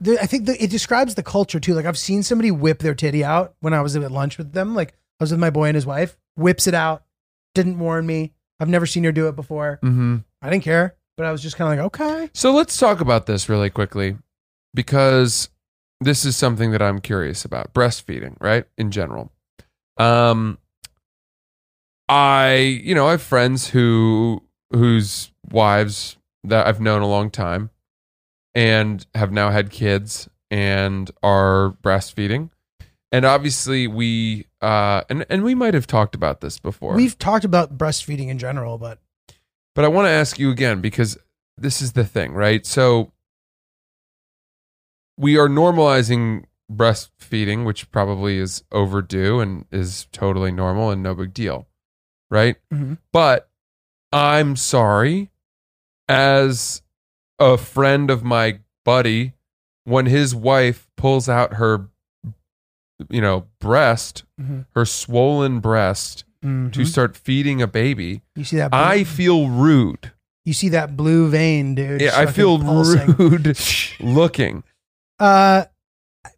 Speaker 1: the, I think the, it describes the culture too. Like I've seen somebody whip their titty out when I was at lunch with them. Like I was with my boy and his wife, whips it out, didn't warn me. I've never seen her do it before.
Speaker 2: Mm-hmm.
Speaker 1: I didn't care, but I was just kind of like, okay,
Speaker 2: So let's talk about this really quickly, because this is something that I'm curious about: breastfeeding, right? In general, um, I you know I have friends who whose wives that I've known a long time and have now had kids and are breastfeeding. And obviously, we uh, and and we might have talked about this before.
Speaker 1: we've talked about breastfeeding in general, but
Speaker 2: But I want to ask you again because this is the thing, right? So we are normalizing breastfeeding, which probably is overdue and is totally normal and no big deal, right?
Speaker 1: Mhm.
Speaker 2: But I'm sorry, as a friend of my buddy, when his wife pulls out her, you know, breast,
Speaker 1: Mhm.
Speaker 2: her swollen breast to start feeding Mm-hmm. a baby,
Speaker 1: Mm-hmm. you see that blue,
Speaker 2: I feel rude.
Speaker 1: you see that blue vein, dude.
Speaker 2: Yeah,
Speaker 1: just
Speaker 2: I
Speaker 1: fucking
Speaker 2: feel
Speaker 1: pulsing.
Speaker 2: rude looking.
Speaker 1: Uh, I,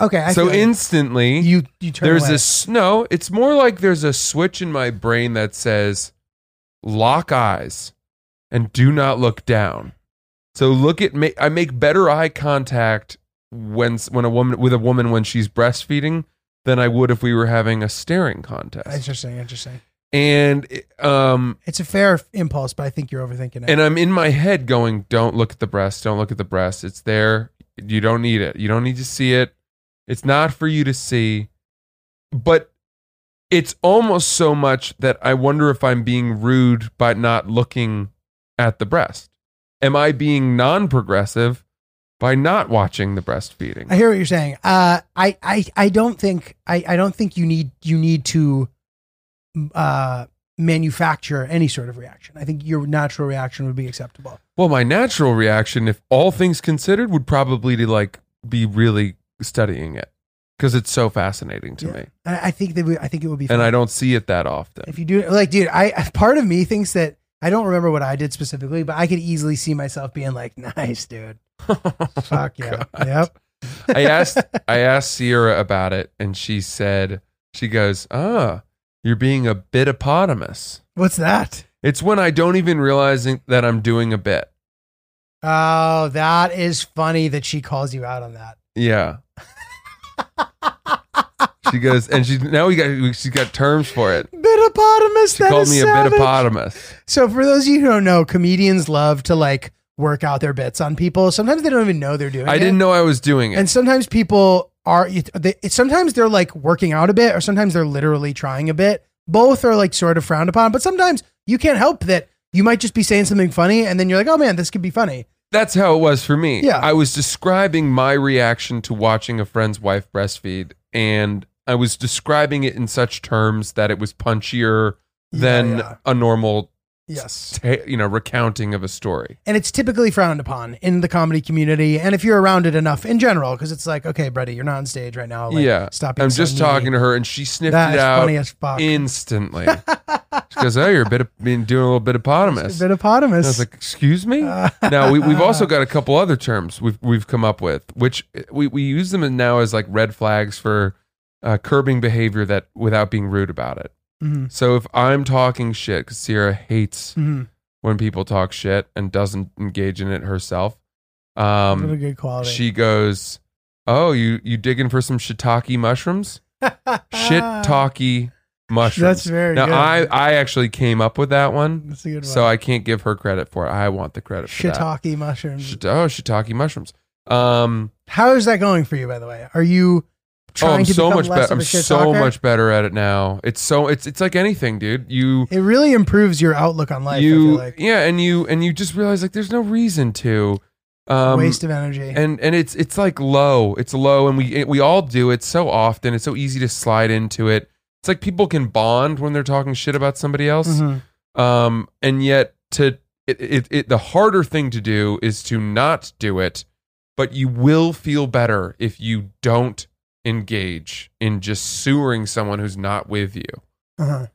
Speaker 1: I- okay. I
Speaker 2: so
Speaker 1: feel you.
Speaker 2: instantly,
Speaker 1: you you turn
Speaker 2: there's
Speaker 1: away.
Speaker 2: this no. It's more like there's a switch in my brain that says, "Lock eyes, and do not look down." So look at me. I make better eye contact when s- when a woman with a woman when she's breastfeeding than I would if we were having a staring contest.
Speaker 1: interesting, interesting.
Speaker 2: And um,
Speaker 1: It's a fair impulse, but I think you're overthinking it.
Speaker 2: And I'm in my head going, don't look at the breast. Don't look at the breast. It's there. You don't need it. You don't need to see it. It's not for you to see. But it's almost so much that I wonder if I'm being rude by not looking at the breast. Am I being non progressive by not watching the breastfeeding?
Speaker 1: I hear what you're saying. Uh, I, I, I don't think I, I don't think you need you need to uh, manufacture any sort of reaction. I think your natural reaction would be acceptable.
Speaker 2: well, my natural reaction, if all things considered, would probably to like be really studying it because it's so fascinating to
Speaker 1: Yeah.
Speaker 2: me.
Speaker 1: And I think that we, I think it would be.
Speaker 2: And
Speaker 1: fine.
Speaker 2: I don't see it that often.
Speaker 1: If you do like, dude, I part of me thinks that I don't remember what I did specifically, but I could easily see myself being like, "Nice, dude. Fuck yeah,
Speaker 2: God.
Speaker 1: yep."
Speaker 2: I asked I asked Sierra about it and she said she goes, "Ah, you're being a bitopotamus."
Speaker 1: What's that?
Speaker 2: It's when I don't even realize that I'm doing a bit.
Speaker 1: Oh, that is funny that she calls you out on that.
Speaker 2: Yeah. she goes and she now we got she's got terms for it.
Speaker 1: Bitopotamus.
Speaker 2: She
Speaker 1: that
Speaker 2: called
Speaker 1: is
Speaker 2: me
Speaker 1: savage.
Speaker 2: a bitopotamus.
Speaker 1: So for those of you who don't know, comedians love to like work out their bits on people. Sometimes they don't even know they're doing it.
Speaker 2: I didn't know I was doing it.
Speaker 1: And sometimes people are it- they, it- sometimes they're like working out a bit or sometimes they're literally trying a bit. Both are like sort of frowned upon, but sometimes you can't help that you might just be saying something funny and then you're like, "Oh man, this could be funny."
Speaker 2: That's how it was for me.
Speaker 1: Yeah.
Speaker 2: I was describing my reaction to watching a friend's wife breastfeed, and I was describing it in such terms that it was punchier
Speaker 1: Yeah,
Speaker 2: than
Speaker 1: yeah.
Speaker 2: a normal,
Speaker 1: Yes.
Speaker 2: ta- you know, recounting of a story.
Speaker 1: And it's typically frowned upon in the comedy community and if you're around it enough in general cuz it's like, "Okay, buddy, you're not on stage right now." Oh, Like,
Speaker 2: yeah.
Speaker 1: Stop being
Speaker 2: I'm
Speaker 1: so
Speaker 2: just
Speaker 1: needy.
Speaker 2: talking to her, and she sniffed
Speaker 1: That
Speaker 2: it
Speaker 1: is
Speaker 2: out
Speaker 1: funny as fuck.
Speaker 2: instantly. she goes, "Oh, you're a bit of, been doing a little bit of potamus." And
Speaker 1: Bitopotamus.
Speaker 2: I was like, "Excuse me." now we, we've also got a couple other terms we've we've come up with, which eh, we, we use them now as like red flags for uh, curbing behavior that without being rude about it.
Speaker 1: Mhm.
Speaker 2: So if I'm talking shit, because Sierra hates
Speaker 1: Mhm.
Speaker 2: when people talk shit and doesn't engage in it herself,
Speaker 1: What a
Speaker 2: um,
Speaker 1: good quality.
Speaker 2: she goes, "Oh, you you digging for some shiitake mushrooms? shiitake mushrooms."
Speaker 1: Ah. That's very
Speaker 2: now
Speaker 1: good.
Speaker 2: I I actually came up with that one,
Speaker 1: That's a good one.
Speaker 2: so I can't give her credit for it. I want the credit for that.
Speaker 1: shiitake mushrooms.
Speaker 2: Shit- oh, shiitake mushrooms. Um,
Speaker 1: How is that going for you, by the way? Are you
Speaker 2: oh,
Speaker 1: trying
Speaker 2: I'm
Speaker 1: to
Speaker 2: so
Speaker 1: become
Speaker 2: much
Speaker 1: less
Speaker 2: better.
Speaker 1: of a
Speaker 2: I'm
Speaker 1: shit
Speaker 2: so
Speaker 1: talker.
Speaker 2: much better at it now. It's so it's it's like anything, dude. You
Speaker 1: It really improves your outlook on life. I
Speaker 2: you
Speaker 1: feel like
Speaker 2: yeah, and you and you just realize like there's no reason to. Um,
Speaker 1: waste of energy.
Speaker 2: and and it's it's like low it's low and we it, we all do it so often it's so easy to slide into it it's like people can bond when they're talking shit about somebody else
Speaker 1: Mhm.
Speaker 2: um and yet to it, it, it the harder thing to do is to not do it but you will feel better if you don't engage in just sewering someone who's not with you
Speaker 1: Uh-huh.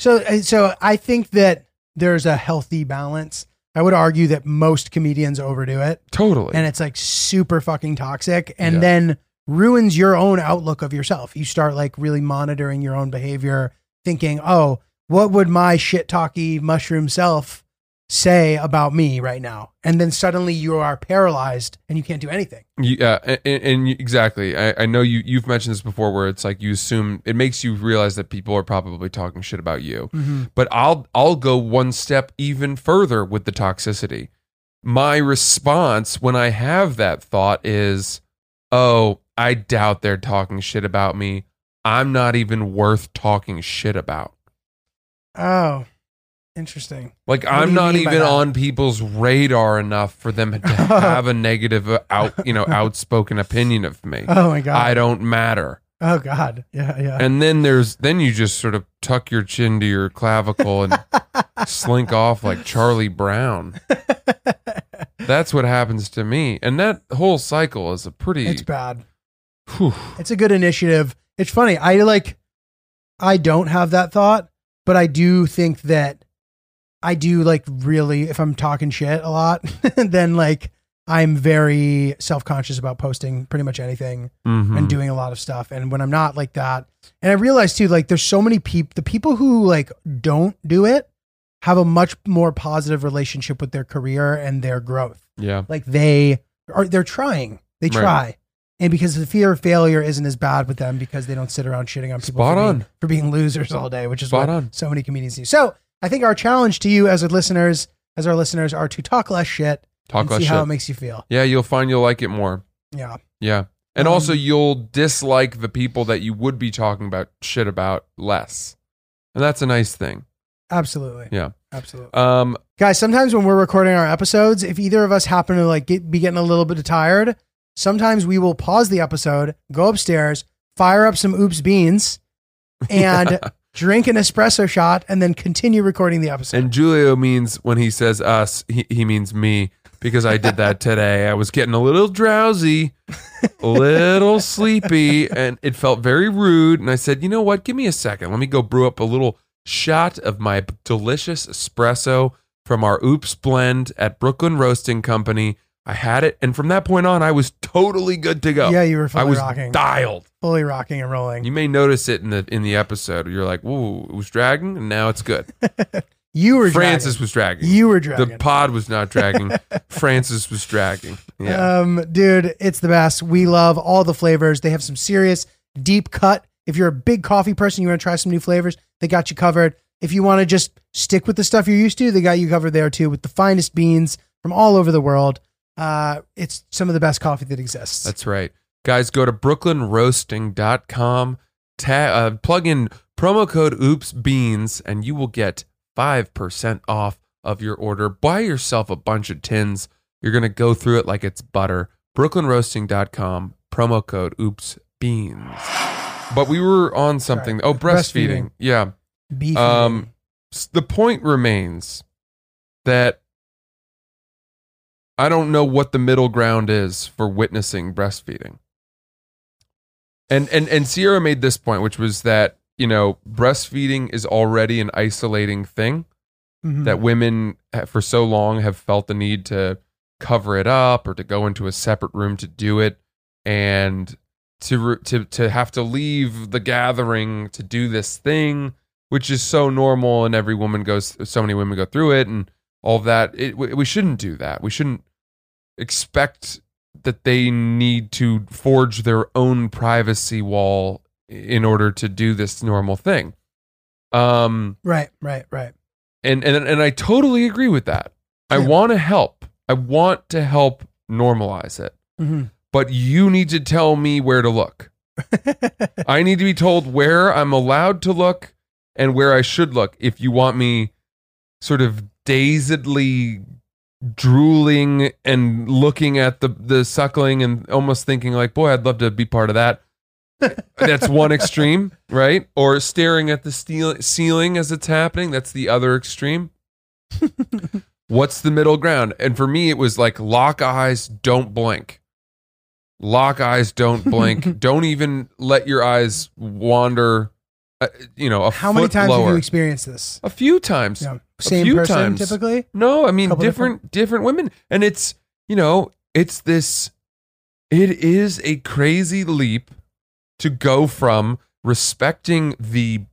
Speaker 1: So uh, so I think that there's a healthy balance. I would argue that most comedians overdo it.
Speaker 2: totally
Speaker 1: and it's like super fucking toxic and
Speaker 2: Yeah.
Speaker 1: then ruins your own outlook of yourself. You start like really monitoring your own behavior, thinking, oh, what would my shit talky mushroom self say about me right now? And then suddenly you are paralyzed and you can't do anything.
Speaker 2: Yeah, and, uh, and you- exactly. I, I know you you've mentioned this before, where it's like you assume it makes you realize that people are probably talking shit about you. But I'll I'll go one step even further with the toxicity. My response when I have that thought is, "Oh, I doubt they're talking shit about me. I'm not even worth talking shit about.
Speaker 1: Oh, interesting.
Speaker 2: Like
Speaker 1: do
Speaker 2: I'm
Speaker 1: you
Speaker 2: not
Speaker 1: mean by
Speaker 2: even
Speaker 1: that?
Speaker 2: on people's radar enough for them to have a negative uh, out you know outspoken opinion of me."
Speaker 1: Oh my God.
Speaker 2: I don't matter.
Speaker 1: oh God. Yeah. Yeah.
Speaker 2: And then there's then you just sort of tuck your chin to your clavicle and slink off like Charlie Brown. That's what happens to me. And that whole cycle is a pretty
Speaker 1: it's bad.
Speaker 2: Whew.
Speaker 1: It's a good initiative. It's funny. I like I don't have that thought, but I do think that I do like really if I'm talking shit a lot, then like I'm very self-conscious about posting pretty much anything
Speaker 2: Mhm.
Speaker 1: and doing a lot of stuff. And when I'm not like that, and I realize too like there's so many people the people who like don't do it have a much more positive relationship with their career and their growth
Speaker 2: yeah.
Speaker 1: like they are they're trying they
Speaker 2: Right.
Speaker 1: try and because the fear of failure isn't as bad with them because they don't sit around shitting on people
Speaker 2: Spot
Speaker 1: for,
Speaker 2: on.
Speaker 1: Being, for being losers all day which is what
Speaker 2: Spot on.
Speaker 1: so many comedians do so i think our challenge to you as a listeners as our listeners are to talk less shit
Speaker 2: Talk
Speaker 1: and
Speaker 2: less
Speaker 1: see
Speaker 2: shit.
Speaker 1: how it makes you feel
Speaker 2: yeah, you'll find you'll like it more.
Speaker 1: yeah
Speaker 2: Yeah. And
Speaker 1: Um,
Speaker 2: also you'll dislike the people that you would be talking about shit about less. And that's a nice thing.
Speaker 1: absolutely
Speaker 2: Yeah.
Speaker 1: absolutely
Speaker 2: Um
Speaker 1: guys sometimes when we're recording our episodes if either of us happen to like get, be getting a little bit tired sometimes we will pause the episode go upstairs fire up some oops beans and drink an espresso shot and then continue recording the episode
Speaker 2: And Julio means when he says us, he, he means me because I did that today. I was getting a little drowsy, a little sleepy, and it felt very rude. And I said, you know what? Give me a second. Let me go brew up a little shot of my delicious espresso from our Oops blend at Brooklyn Roasting Company. I had it. And from that point on, I was totally good to go.
Speaker 1: yeah you were
Speaker 2: I
Speaker 1: fully
Speaker 2: was
Speaker 1: rocking
Speaker 2: dialed.
Speaker 1: fully rocking and rolling
Speaker 2: You
Speaker 1: you,
Speaker 2: may notice it in the in the episode. You're like, "Whoa, it was dragging, and now it's good."
Speaker 1: were
Speaker 2: Francis was dragging.
Speaker 1: dragging. you were dragging
Speaker 2: The pod was not dragging. Francis was dragging. Yeah.
Speaker 1: Um, dude, it's the best. We love all the flavors. They have some serious deep cut. If you're a big coffee person, you want to try some new flavors, they got you covered. If you want to just stick with the stuff you're used to, they got you covered there too with the finest beans from all over the world. Uh, it's some of the best coffee that exists.
Speaker 2: That's right. Guys, go to brooklynroasting.com, ta- uh, plug in promo code oopsbeans, and you will get 5% off of your order. Buy yourself a bunch of tins. You're going to go through it like it's butter. brooklynroasting.com, promo code oopsbeans. But we were on something. Oh,
Speaker 1: Breastfeeding.
Speaker 2: breastfeeding. Yeah.
Speaker 1: Beef.
Speaker 2: Um, s- the point remains that I don't know what the middle ground is for witnessing breastfeeding. And and and Sierra made this point, which was that you know breastfeeding is already an isolating thing
Speaker 1: Mhm.
Speaker 2: that women ha- for so long have felt the need to cover it up or to go into a separate room to do it and to re- to to have to leave the gathering to do this thing which is so normal and every woman goes so many women go through it and all that it, we we shouldn't do that we shouldn't expect that they need to forge their own privacy wall in order to do this normal thing um
Speaker 1: right, right, right.
Speaker 2: and and and I totally agree with that. I
Speaker 1: Yeah.
Speaker 2: want to help. I want to help normalize it.
Speaker 1: Mhm.
Speaker 2: But you need to tell me where to look. I need to be told where I'm allowed to look and where I should look if you want me sort of dazedly drooling and looking at the the suckling and almost thinking like boy I'd love to be part of that that's one extreme right or staring at the steel- ceiling as it's happening that's the other extreme what's the middle ground and for me it was like lock eyes don't blink lock eyes don't blink don't even let your eyes wander uh, you know a
Speaker 1: How
Speaker 2: foot
Speaker 1: many times
Speaker 2: lower.
Speaker 1: have you experienced this?
Speaker 2: a few times
Speaker 1: Yeah. Same
Speaker 2: few
Speaker 1: person
Speaker 2: times.
Speaker 1: typically.
Speaker 2: no, I mean
Speaker 1: Couple
Speaker 2: different, different women, and it's you know it's this. It is a crazy leap to go from respecting the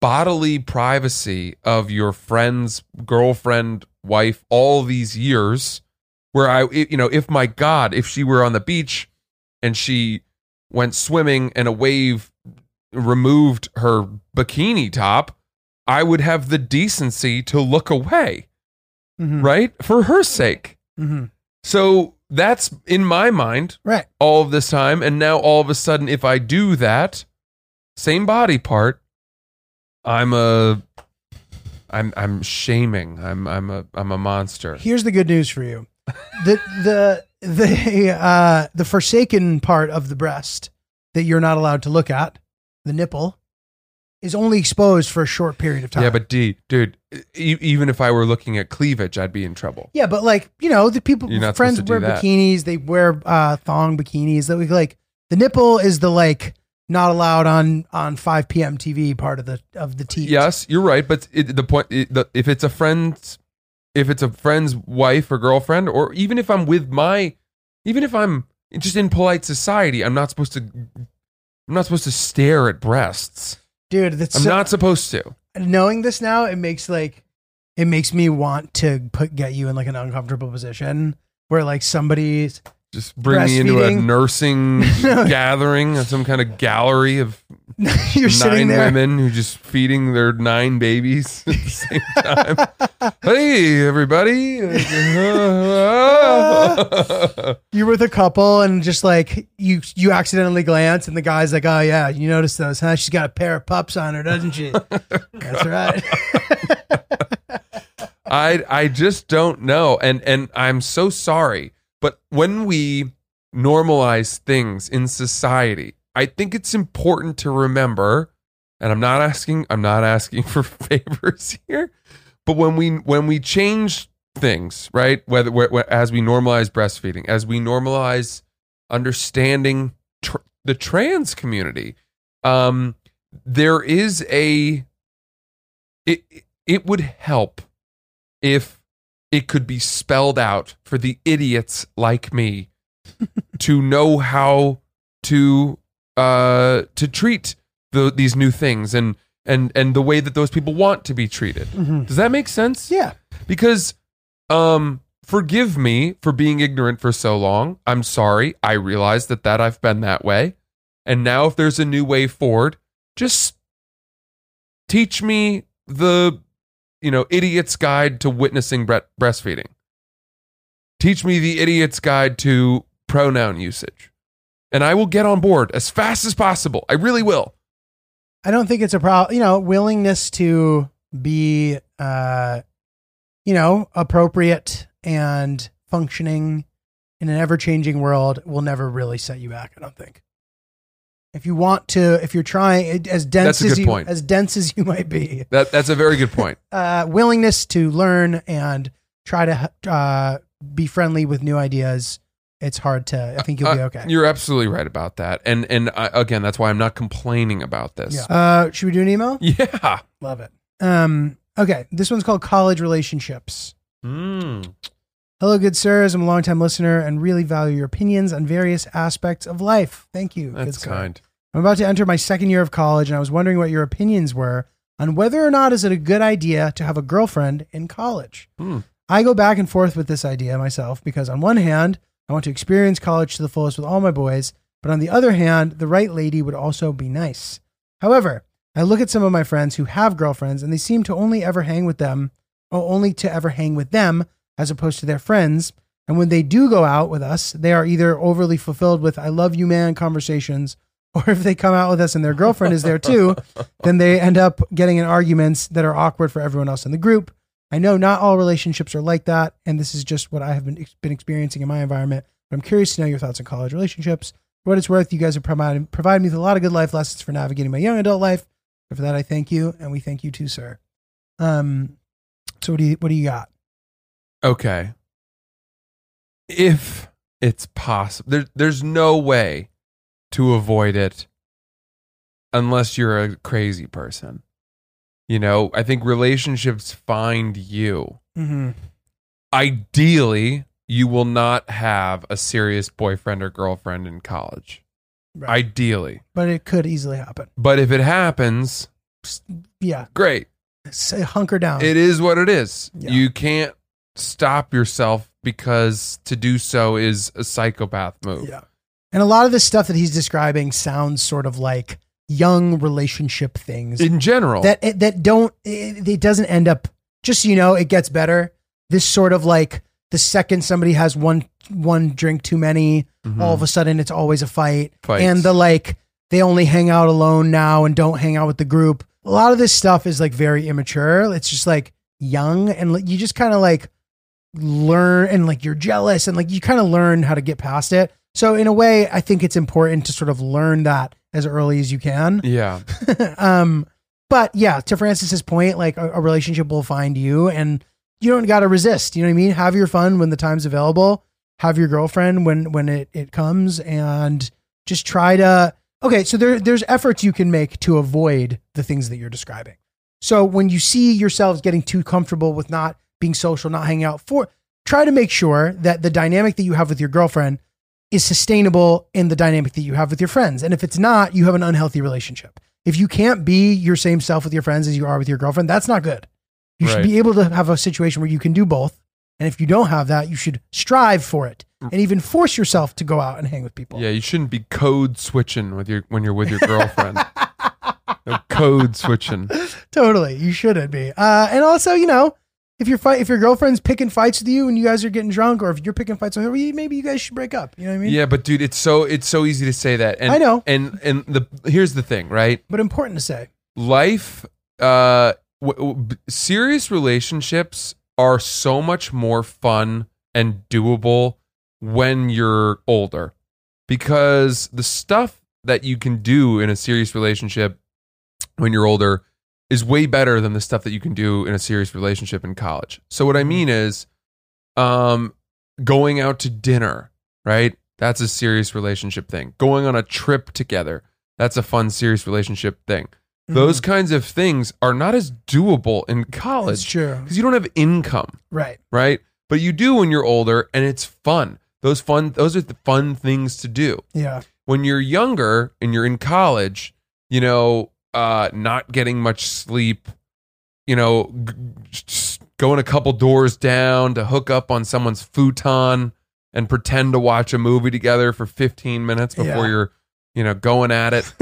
Speaker 2: bodily privacy of your friend's girlfriend, wife, all these years, where I, i- you know, if my God, if she were on the beach and she went swimming and a wave removed her bikini top, I would have the decency to look away,
Speaker 1: Mhm.
Speaker 2: right? For her sake.
Speaker 1: Mhm.
Speaker 2: So that's in my mind
Speaker 1: Right.
Speaker 2: all of this time. And now all of a sudden, if I do that, same body part, I'm a. I'm I'm shaming. I'm I'm a I'm a monster.
Speaker 1: Here's the good news for you. The the the uh the forsaken part of the breast that you're not allowed to look at, the nipple, is only exposed for a short period of time.
Speaker 2: Yeah, but D, dude, e- even if I were looking at cleavage, I'd be in trouble.
Speaker 1: Yeah, but like you know, the people
Speaker 2: You're not
Speaker 1: friends
Speaker 2: supposed to
Speaker 1: wear
Speaker 2: do that.
Speaker 1: bikinis. They wear uh, thong bikinis. That we like the nipple is the like not allowed on on five p.m. TV part of the of the teeth.
Speaker 2: Yes, you're right, but it, the point it, the, if it's a friend's if it's a friend's wife or girlfriend or even if I'm with my even if I'm just in polite society, I'm not supposed to I'm not supposed to stare at breasts.
Speaker 1: dude. That's
Speaker 2: I'm
Speaker 1: so-
Speaker 2: not supposed to.
Speaker 1: knowing this now. It makes like it makes me want to put get you in like an uncomfortable position where like somebody's
Speaker 2: Just bring me into a
Speaker 1: Breastfeeding.
Speaker 2: nursing
Speaker 1: No. gathering
Speaker 2: gathering, some kind of gallery of
Speaker 1: you're sitting
Speaker 2: nine
Speaker 1: there.
Speaker 2: women who just feeding their nine babies at the same time. hey, everybody!
Speaker 1: You're with a couple and just like you you accidentally glance and the guy's like, oh yeah, you noticed those, huh? She's got a pair of pups on her, doesn't she? That's right.
Speaker 2: I I just don't know, and and I'm so sorry. But when we normalize things in society, I think it's important to remember. And I'm not asking I'm not asking for favors here, but when we when we change things, right? Whether wh- wh- as we normalize breastfeeding, as we normalize understanding tr- the trans community, um, there is a it it would help if it could be spelled out for the idiots like me to know how to uh to treat the, these new things and and and the way that those people want to be treated.
Speaker 1: Mhm.
Speaker 2: Does that make sense?
Speaker 1: Yeah.
Speaker 2: Because um forgive me for being ignorant for so long. I'm sorry. I realize that that I've been that way. And now if there's a new way forward, just teach me the you know idiot's guide to witnessing bre- breastfeeding teach me the idiot's guide to pronoun usage and i will get on board as fast as possible i really will
Speaker 1: I don't think it's a problem. You know, willingness to be, uh, you know, appropriate and functioning in an ever-changing world will never really set you back. I don't think. If you want to, if you're trying as dense
Speaker 2: That's a
Speaker 1: as
Speaker 2: good
Speaker 1: you
Speaker 2: point.
Speaker 1: as dense as you might be,
Speaker 2: that that's a very good point
Speaker 1: uh, willingness to learn and try to uh, be friendly with new ideas, it's hard to. I think you'll be
Speaker 2: Uh,
Speaker 1: okay.
Speaker 2: you're absolutely right about that and and I, again that's why i'm not complaining about this
Speaker 1: Yeah. Uh, should we do an email?
Speaker 2: yeah
Speaker 1: Love it. Um, okay, this one's called College Relationships.
Speaker 2: Mm.
Speaker 1: Hello, good sirs. I'm a longtime listener and really value your opinions on various aspects of life. Thank you.
Speaker 2: that's
Speaker 1: good sir.
Speaker 2: kind
Speaker 1: I'm about to enter my second year of college, and I was wondering what your opinions were on whether or not is it a good idea to have a girlfriend in college.
Speaker 2: Hmm.
Speaker 1: I go back and forth with this idea myself because on one hand, I want to experience college to the fullest with all my boys, but on the other hand, the right lady would also be nice. However, I look at some of my friends who have girlfriends and they seem to only ever hang with them or only to ever hang with them as opposed to their friends, And when they do go out with us, they are either overly fulfilled with "I love you, man" conversations, or if they come out with us and their girlfriend is there too, then they end up getting in arguments that are awkward for everyone else in the group. I know not all relationships are like that, and this is just what I have been been experiencing in my environment. But I'm curious to know your thoughts on college relationships. For what it's worth, you guys have provided provided me with a lot of good life lessons for navigating my young adult life. And for that, I thank you, and we thank you too, sir. Um, so what do you what do you got?
Speaker 2: Okay. If it's possible, there, there's no way to avoid it unless you're a crazy person. You know, I think relationships find you.
Speaker 1: Mm-hmm.
Speaker 2: Ideally, you will not have a serious boyfriend or girlfriend in college.
Speaker 1: Right.
Speaker 2: Ideally.
Speaker 1: But it could easily happen.
Speaker 2: But if it happens,
Speaker 1: Yeah,
Speaker 2: great.
Speaker 1: say hunker down.
Speaker 2: It is what it is.
Speaker 1: Yeah.
Speaker 2: You can't stop yourself because to do so is a psychopath move.
Speaker 1: Yeah. And a lot of the stuff that he's describing sounds sort of like young relationship things
Speaker 2: In general.
Speaker 1: that it, that don't it, it doesn't end up just so you know it gets better. This sort of like the second somebody has one one drink too many,
Speaker 2: Mhm.
Speaker 1: all of a sudden it's always a fight.
Speaker 2: Fights.
Speaker 1: And the like they only hang out alone now and don't hang out with the group. A lot of this stuff is like very immature. It's just like young and like, you just kind of like learn and like you're jealous and like you kind of learn how to get past it. So in a way, I think it's important to sort of learn that as early as you can.
Speaker 2: yeah.
Speaker 1: um but yeah, to Francis's point, like a, a relationship will find you and you don't got to resist, you know what I mean? Have your fun when the time's available, have your girlfriend when when it it comes and just try to Okay, so there there's efforts you can make to avoid the things that you're describing. So when you see yourselves getting too comfortable with not being social, not hanging out for try to make sure that the dynamic that you have with your girlfriend is sustainable in the dynamic that you have with your friends. And if it's not, you have an unhealthy relationship. If you can't be your same self with your friends as you are with your girlfriend, that's not good. You should
Speaker 2: Right.
Speaker 1: be able to have a situation where you can do both. And if you don't have that, you should strive for it and even force yourself to go out and hang with people.
Speaker 2: Mm. Yeah, you shouldn't be code switching with your when you're with your girlfriend. No, code switching.
Speaker 1: totally. You shouldn't be. Uh, and also, you know, if your fight, if your girlfriend's picking fights with you and you guys are getting drunk, or if you're picking fights with her, well, you- maybe you guys should break up. You know what I mean?
Speaker 2: Yeah, but dude, it's so it's so easy to say that. And
Speaker 1: I know.
Speaker 2: And and the here's the thing, right?
Speaker 1: But important to say.
Speaker 2: Life uh w- w- b- serious relationships are so much more fun and doable when you're older. Because the stuff that you can do in a serious relationship when you're older is way better than the stuff that you can do in a serious relationship in college. So what I mean is um going out to dinner, right? That's a serious relationship thing. Going on a trip together, that's a fun serious relationship thing.
Speaker 1: Mm-hmm.
Speaker 2: Those kinds of things are not as doable in
Speaker 1: That's
Speaker 2: college
Speaker 1: Oh, true.
Speaker 2: because you don't have income,
Speaker 1: Right.
Speaker 2: right? But you do when you're older and it's fun. Those fun those are the fun things to do
Speaker 1: Yeah.
Speaker 2: when you're younger and you're in college, you know, uh, not getting much sleep, you know, g- just going a couple doors down to hook up on someone's futon and pretend to watch a movie together for 15 minutes before
Speaker 1: Yeah.
Speaker 2: you're, you know, going at it.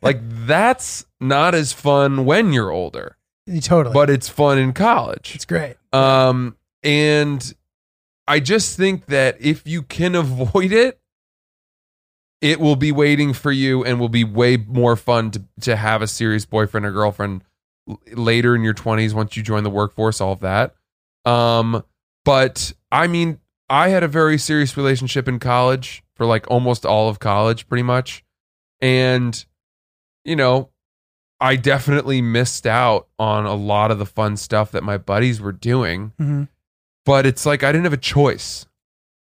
Speaker 2: like that's not as fun when you're older,
Speaker 1: Totally.
Speaker 2: but it's fun in college.
Speaker 1: it's great.
Speaker 2: Um, and I just think that if you can avoid it, it will be waiting for you and will be way more fun to, to have a serious boyfriend or girlfriend l- later in your 20s once you join the workforce, all of that. Um, but I mean, I had a very serious relationship in college for like almost all of college, pretty much. And, you know, I definitely missed out on a lot of the fun stuff that my buddies were doing
Speaker 1: Mhm.
Speaker 2: but it's like I didn't have a choice.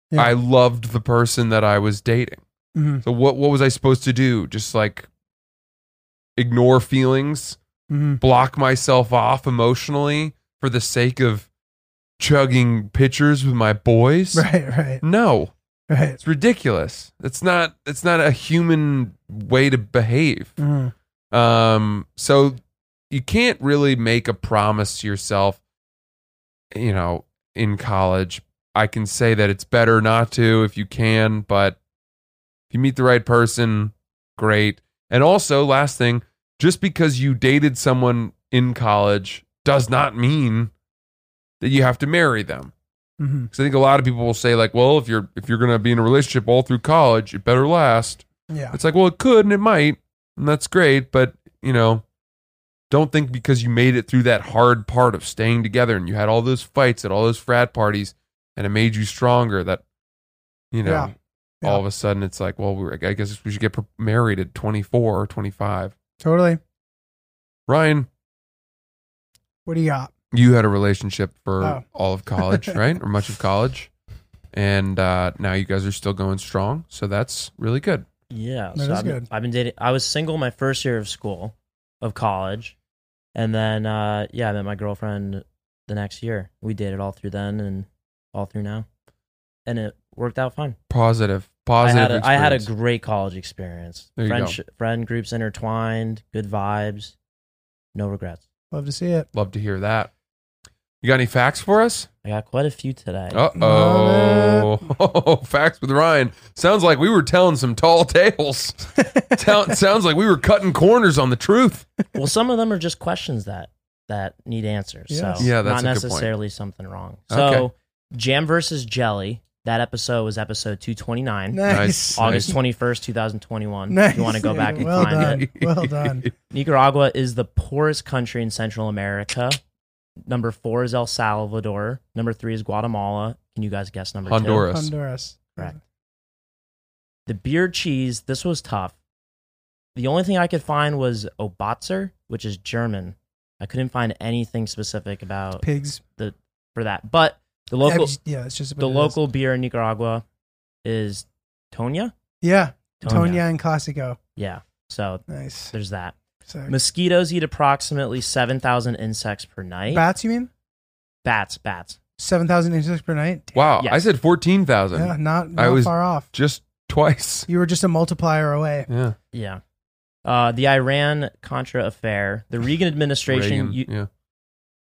Speaker 1: Yeah.
Speaker 2: I loved the person that I was dating.
Speaker 1: Mhm.
Speaker 2: So what what was I supposed to do? Just like ignore feelings,
Speaker 1: Mhm.
Speaker 2: block myself off emotionally for the sake of chugging pictures with my boys?
Speaker 1: Right. Right.
Speaker 2: No.
Speaker 1: Right.
Speaker 2: It's ridiculous. It's not it's not a human way to behave.
Speaker 1: Mhm.
Speaker 2: Um, so you can't really make a promise to yourself, you know, in college. I can say that it's better not to if you can, but if you meet the right person, great. And also, last thing, just because you dated someone in college does not mean that you have to marry them.
Speaker 1: hmm
Speaker 2: Because I think a lot of people will say like, well, if you're if you're gonna be in a relationship all through college, it better last.
Speaker 1: Yeah.
Speaker 2: It's like, well, it could and it might, and that's great, but you know, don't think because you made it through that hard part of staying together and you had all those fights at all those frat parties and it made you stronger that you know,
Speaker 1: Yeah. Yeah.
Speaker 2: all of a sudden it's like, well, we're, I guess we should get pr- married at 24 or 25.
Speaker 1: Totally.
Speaker 2: Ryan,
Speaker 1: What do you got?
Speaker 2: you had a relationship for
Speaker 1: Oh.
Speaker 2: all of college, right? Or much of college. And uh, now you guys are still going strong. So that's really good.
Speaker 3: Yeah,
Speaker 1: That is
Speaker 3: I've, been-
Speaker 1: good.
Speaker 3: I've been dating. I was single my first year of school, of college, and then uh, yeah, I met my girlfriend the next year. We dated all through then and all through now, and it worked out fine.
Speaker 2: Positive. Positive.
Speaker 3: I had a, I had a
Speaker 2: experience.
Speaker 3: great college experience.
Speaker 2: There you go.
Speaker 3: friend groups intertwined, good vibes, no regrets.
Speaker 1: Love to see it.
Speaker 2: Love to hear that. You got any facts for us?
Speaker 3: I got quite a few today.
Speaker 2: Uh oh. facts with Ryan. Sounds like we were telling some tall tales. Tell- sounds like we were cutting corners on the truth.
Speaker 3: Well, some of them are just questions that that need answers.
Speaker 1: Yes.
Speaker 3: So
Speaker 2: Yeah, that's
Speaker 3: not
Speaker 2: a good point.
Speaker 3: necessarily something wrong. So
Speaker 2: Okay.
Speaker 3: Jam versus Jelly. That episode was episode two twenty nine.
Speaker 1: Nice.
Speaker 3: August twenty first, two thousand twenty one.
Speaker 1: Nice.
Speaker 3: If you want to go back and
Speaker 1: Well
Speaker 3: find
Speaker 1: done.
Speaker 3: it.
Speaker 1: Well done.
Speaker 3: Nicaragua is the poorest country in Central America. Number four is El Salvador. Number three is Guatemala. Can you guys guess number two?
Speaker 2: Honduras.
Speaker 1: Honduras.
Speaker 3: Correct. Mm-hmm. The beer cheese, this was tough. The only thing I could find was Obatzer, which is German. I couldn't find anything specific about
Speaker 1: Pigs.
Speaker 3: for that. But the local
Speaker 1: Yeah, it's just what
Speaker 3: the
Speaker 1: it is.
Speaker 3: local beer in Nicaragua is Tonya.
Speaker 1: Yeah,
Speaker 3: Oh,
Speaker 1: Tonya and Classico.
Speaker 3: Yeah. So
Speaker 1: Nice.
Speaker 3: there's that.
Speaker 1: So,
Speaker 3: Mosquitoes eat approximately 7,000 insects per night.
Speaker 1: bats, you mean?
Speaker 3: bats, bats.
Speaker 1: Seven thousand insects per night.
Speaker 2: Wow.
Speaker 3: Yes.
Speaker 2: I said 14,000.
Speaker 1: Yeah, not,
Speaker 2: I
Speaker 1: not
Speaker 2: was-
Speaker 1: far off.
Speaker 2: Just twice.
Speaker 1: You were just a multiplier away. Oh,
Speaker 2: Yeah.
Speaker 3: Yeah. Uh, the Iran Contra affair. The Reagan administration,
Speaker 2: Reagan,
Speaker 3: you-
Speaker 2: yeah.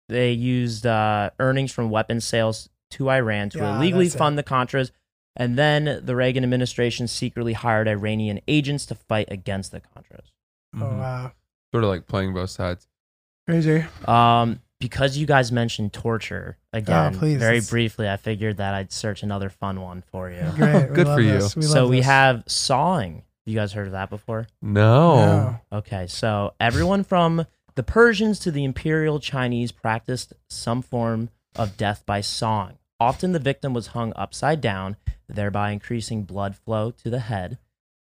Speaker 3: they used uh, earnings from weapons sales to Iran to
Speaker 1: Yeah,
Speaker 3: illegally
Speaker 1: that's it.
Speaker 3: fund the Contras. And then the Reagan administration secretly hired Iranian agents to fight against the Contras. Mm-hmm.
Speaker 1: Oh
Speaker 2: Mhm.
Speaker 1: wow,
Speaker 2: Sort of like playing both sides.
Speaker 1: crazy.
Speaker 3: Um, because you guys mentioned torture again,
Speaker 1: please,
Speaker 3: very
Speaker 1: let's-
Speaker 3: briefly, I figured that I'd search another fun one for you.
Speaker 1: Great. We
Speaker 2: Good
Speaker 1: love
Speaker 2: for you.
Speaker 1: this. love
Speaker 3: so we
Speaker 1: this.
Speaker 3: have sawing. You guys heard of that before?
Speaker 2: No.
Speaker 1: No.
Speaker 3: Okay, so everyone from the Persians to the Imperial Chinese practiced some form of death by sawing. Often the victim was hung upside down, thereby increasing blood flow to the head,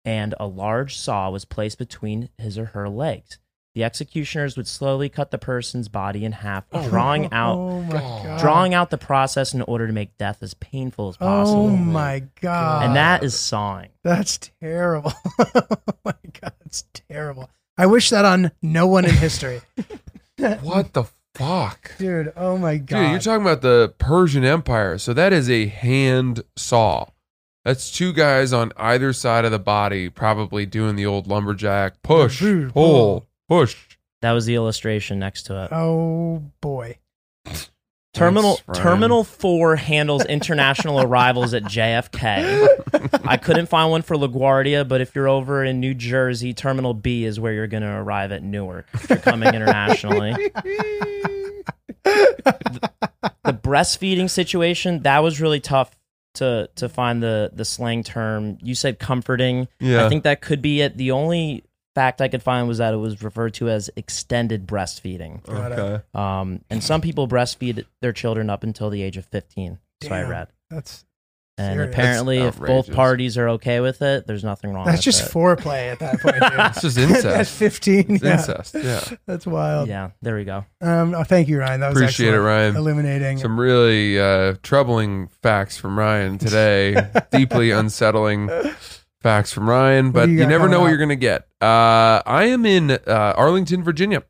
Speaker 3: and a large saw was placed between his or her legs. The executioners would slowly cut the person's body in half, drawing out
Speaker 1: Oh my god.
Speaker 3: drawing out the process in order to make death as painful as
Speaker 1: Oh
Speaker 3: possible.
Speaker 1: my god.
Speaker 3: and that is sawing.
Speaker 1: that's terrible. oh my god, it's terrible. I wish that on no one in history,
Speaker 2: What the fuck?
Speaker 1: dude. Oh my god.
Speaker 2: Dude, you're talking about the Persian Empire. So that is a hand saw. That's two guys on either side of the body, probably doing the old lumberjack push,
Speaker 1: Boo,
Speaker 2: pull, push.
Speaker 3: That was the illustration next to it.
Speaker 1: oh boy.
Speaker 3: Terminal
Speaker 2: Thanks, Ryan.
Speaker 3: Terminal Four handles international arrivals at JFK. I couldn't find one for LaGuardia, but if you're over in New Jersey, Terminal B is where you're going to arrive at Newark if you're coming internationally. the breastfeeding situation that was really tough to to find the the slang term. You said comforting.
Speaker 2: Yeah.
Speaker 3: I think that could be it. The only fact I could find was that it was referred to as extended breastfeeding.
Speaker 1: Got it.
Speaker 2: okay.
Speaker 3: Um, and some people breastfeed their children up until the age of 15. So I
Speaker 1: Damn.
Speaker 3: read.
Speaker 1: That's
Speaker 3: And
Speaker 1: Serious.
Speaker 3: apparently,
Speaker 2: That's
Speaker 3: if both
Speaker 2: outrageous.
Speaker 3: parties are okay with it, there's nothing wrong
Speaker 1: that's
Speaker 3: with
Speaker 1: just
Speaker 3: it.
Speaker 1: foreplay at that point. Dude.
Speaker 2: It's just
Speaker 1: At
Speaker 2: incest.
Speaker 1: fifteen,
Speaker 2: It's
Speaker 1: yeah.
Speaker 2: incest. Yeah.
Speaker 1: that's wild.
Speaker 3: yeah, there we go.
Speaker 1: Um, oh, thank you, Ryan. That was
Speaker 2: Appreciate it,
Speaker 1: excellent.
Speaker 2: Ryan.
Speaker 1: Illuminating.
Speaker 2: Some really uh, troubling facts from Ryan today. Deeply unsettling facts from Ryan, but
Speaker 1: do you
Speaker 2: you,
Speaker 1: got
Speaker 2: never
Speaker 1: coming
Speaker 2: know what
Speaker 1: up?
Speaker 2: you're going to get. Uh, I am in uh, Arlington, Virginia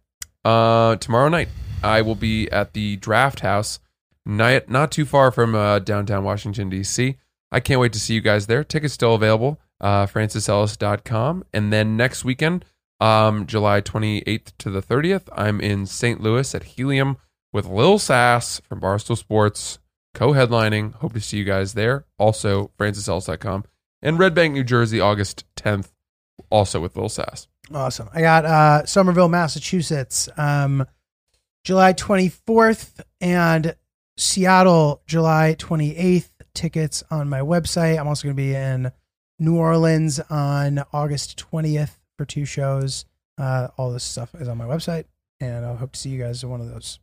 Speaker 2: uh, tomorrow night. I will be at the Draft House, night, not too far from uh, downtown Washington, D.C. I can't wait to see you guys there. Tickets still available, uh, francisellis.com. And then next weekend, um, July 28th to the 30th, I'm in St. Louis at Helium with Lil Sass from Barstool Sports, co headlining. Hope to see you guys there. Also, francisellis.com. And Red Bank, New Jersey, August 10th, also with Lil Sass.
Speaker 1: Awesome. I got uh, Somerville, Massachusetts, um, July 24th and Seattle, July 28th. Tickets on my website. I'm also going to be in New Orleans on August 20th for two shows. Uh, all this stuff is on my website, and I hope to see you guys at one of those.